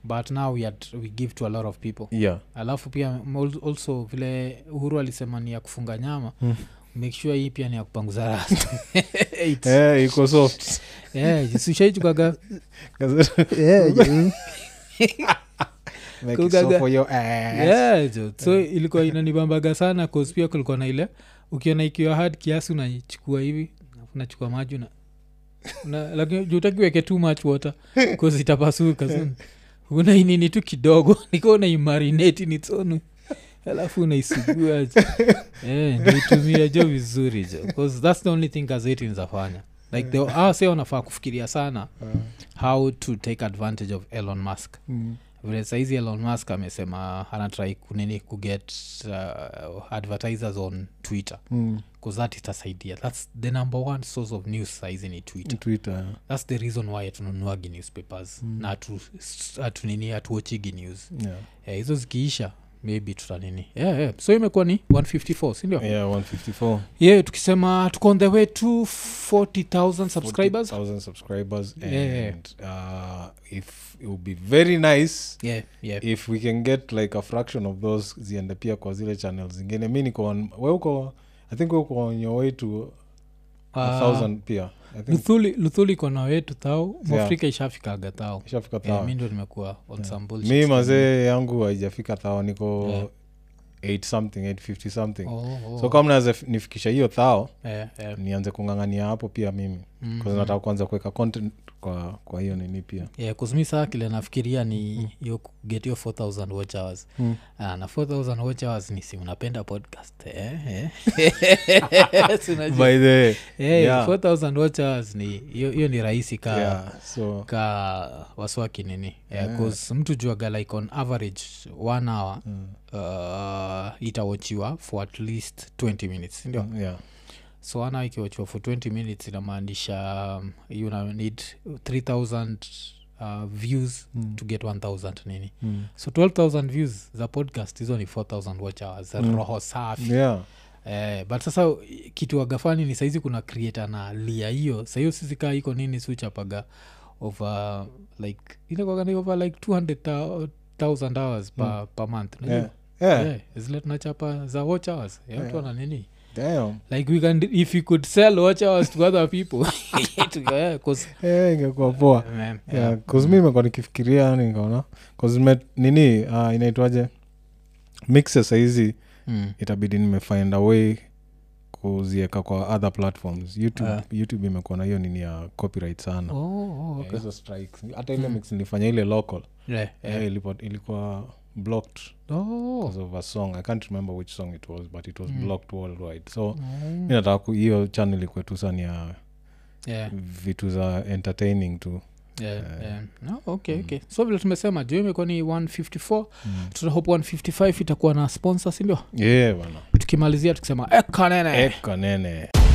but now we, had, we give to a lot of people
yeah
alafu pia mol- also vile uhuru alisema ni ya kufunga nyama
Mm.
make sure hii pia ni ya kupanguza rasta Eight.
Eh, iko soft
Yeah, si ushaichukaga- Eh,
Make it
Kugaga.
soft for your ass.
Yeah, jo. so ilikuwa inanibambaga sana cause pia kulikuwa na ile ukiona ikiwa hard kiasi unaichukua hivi alafu unachukua maji una, una, lakini juu hutaki uweke too much water cause itapasuka so unainini tu kidogo nikiwa unaimarinate in its own way. alafu unaisugua jo. Eh, ndio itumie jo vizuri jo cause that's the only thing gazeti zinafanya like they- hawa sasa wanafaa kufikiria sana
Ah.
how to take advantage of elon musk
Mm.
vile saizi elon musk amesema anatrai kunini kuget uh, advertisers on twitter
Mm.
bcause that itasaidia thats the number one source of news saizi ni twitter
Twitter.
thats the reason why atununuagi newspapers
Mm.
mm. na atu, atu nini atuochigi news
Yeah.
Eh, hizo zikiisha maybe tutanini yeah, yeah. so imekuwa ni 154 sindio yeah.
Yeah, 154.
yeah, tukisema tuko on the way to 40000 subscribers
40,000 subscribers
Yeah, yeah.
and uh, if it would be very nice
yeah, yeah.
if we can get like a fraction of those ziende pia kwa zile channel zingine mi niko on- we uko i think we uko on your way to a
Uh,
thousand pia i think
luthuli luthuli iko na wetu thao mwafrika ishafikaga thao
ishafika
Yeah,
thao
mi ndo nimekuwa on some bullshit
mi mazee yangu haijafika thao niko
Yeah.
8 something 850 something
Oh, oh.
so kama naweza fi- nifikisha hiyo thao
Eh, eh,
nianze kung'ang'ania hapo pia mimi
mm.
mm nataka kuanza kuweka content kwa kwa hiyo nini pia
Yeah, 'cause mi saa kile nafikiria ni hiyo get hiyo 4000 watch hours
Mm.
Ah, na 4000 watch hours ni si unapenda podcast eh, eh. Si unajua.
by the
Eh,
yeah.
4000 watch hours ni hiyo hiyo ni rahisi ka
yeah so
ka waswaki nini yeah,
Yeah.
'cause mtu juaga like on average one hour
mm,
uh, itawachiwa for at least 20 minutes sindio
mm, yeah
so ana ikiwachiwa for 20 minutes inamaanisha um, you know, need 3000 uh, views
Mm.
to get 1000 nini
Mm.
so 12000 views za podcast hizo ni 4000 watch hours mm. roho safi
yeah
eh, but sasa kitu wagafani ni saizi kuna creator na lia hiyo sahiyo sisi kaa iko nini siuchapaga over like inakwagana over like 200 thousand hours per, per month najua?
Mm. Yeah. Yeah.
Yeah, zile tunachapa za watch hours ya watu wana nini
Damn.
like we can if you could sell watch hours to other people To go, yeah, 'cause-
Eh, ingekuwa poa
man, yeah.
yeah, cause mi imekuwa nikifikiria yani nikaona cause nime, nini uh, inaitwaje mixe sahizi
Mm.
itabidi nimefind a way kuzieka kwa other platforms youtube,
Ah.
YouTube imekuwa na hiyo nini ya copyright sana
Oh, oh,
Eh,
okay.
hizo strikes hata ile mix nilifanya ile local
Yeah, yeah.
eh, ilipo- ilikuwa blocked
Oh.
because of a song i can't remember which song it was but it was
Mm.
blocked worldwide so
Mm.
mi nataka ku- hiyo channel ikuwe tu sana ya
Yeah,
vitu za entertaining tu
yeah, Mm.
Eh.
yeah. No, okay, okay. so vile tumesema juu imekuwa ni 154 tunahope 155 itakuwa na sponsor sindio
yeah bana
tukimalizia tukisema ekanene
eka nene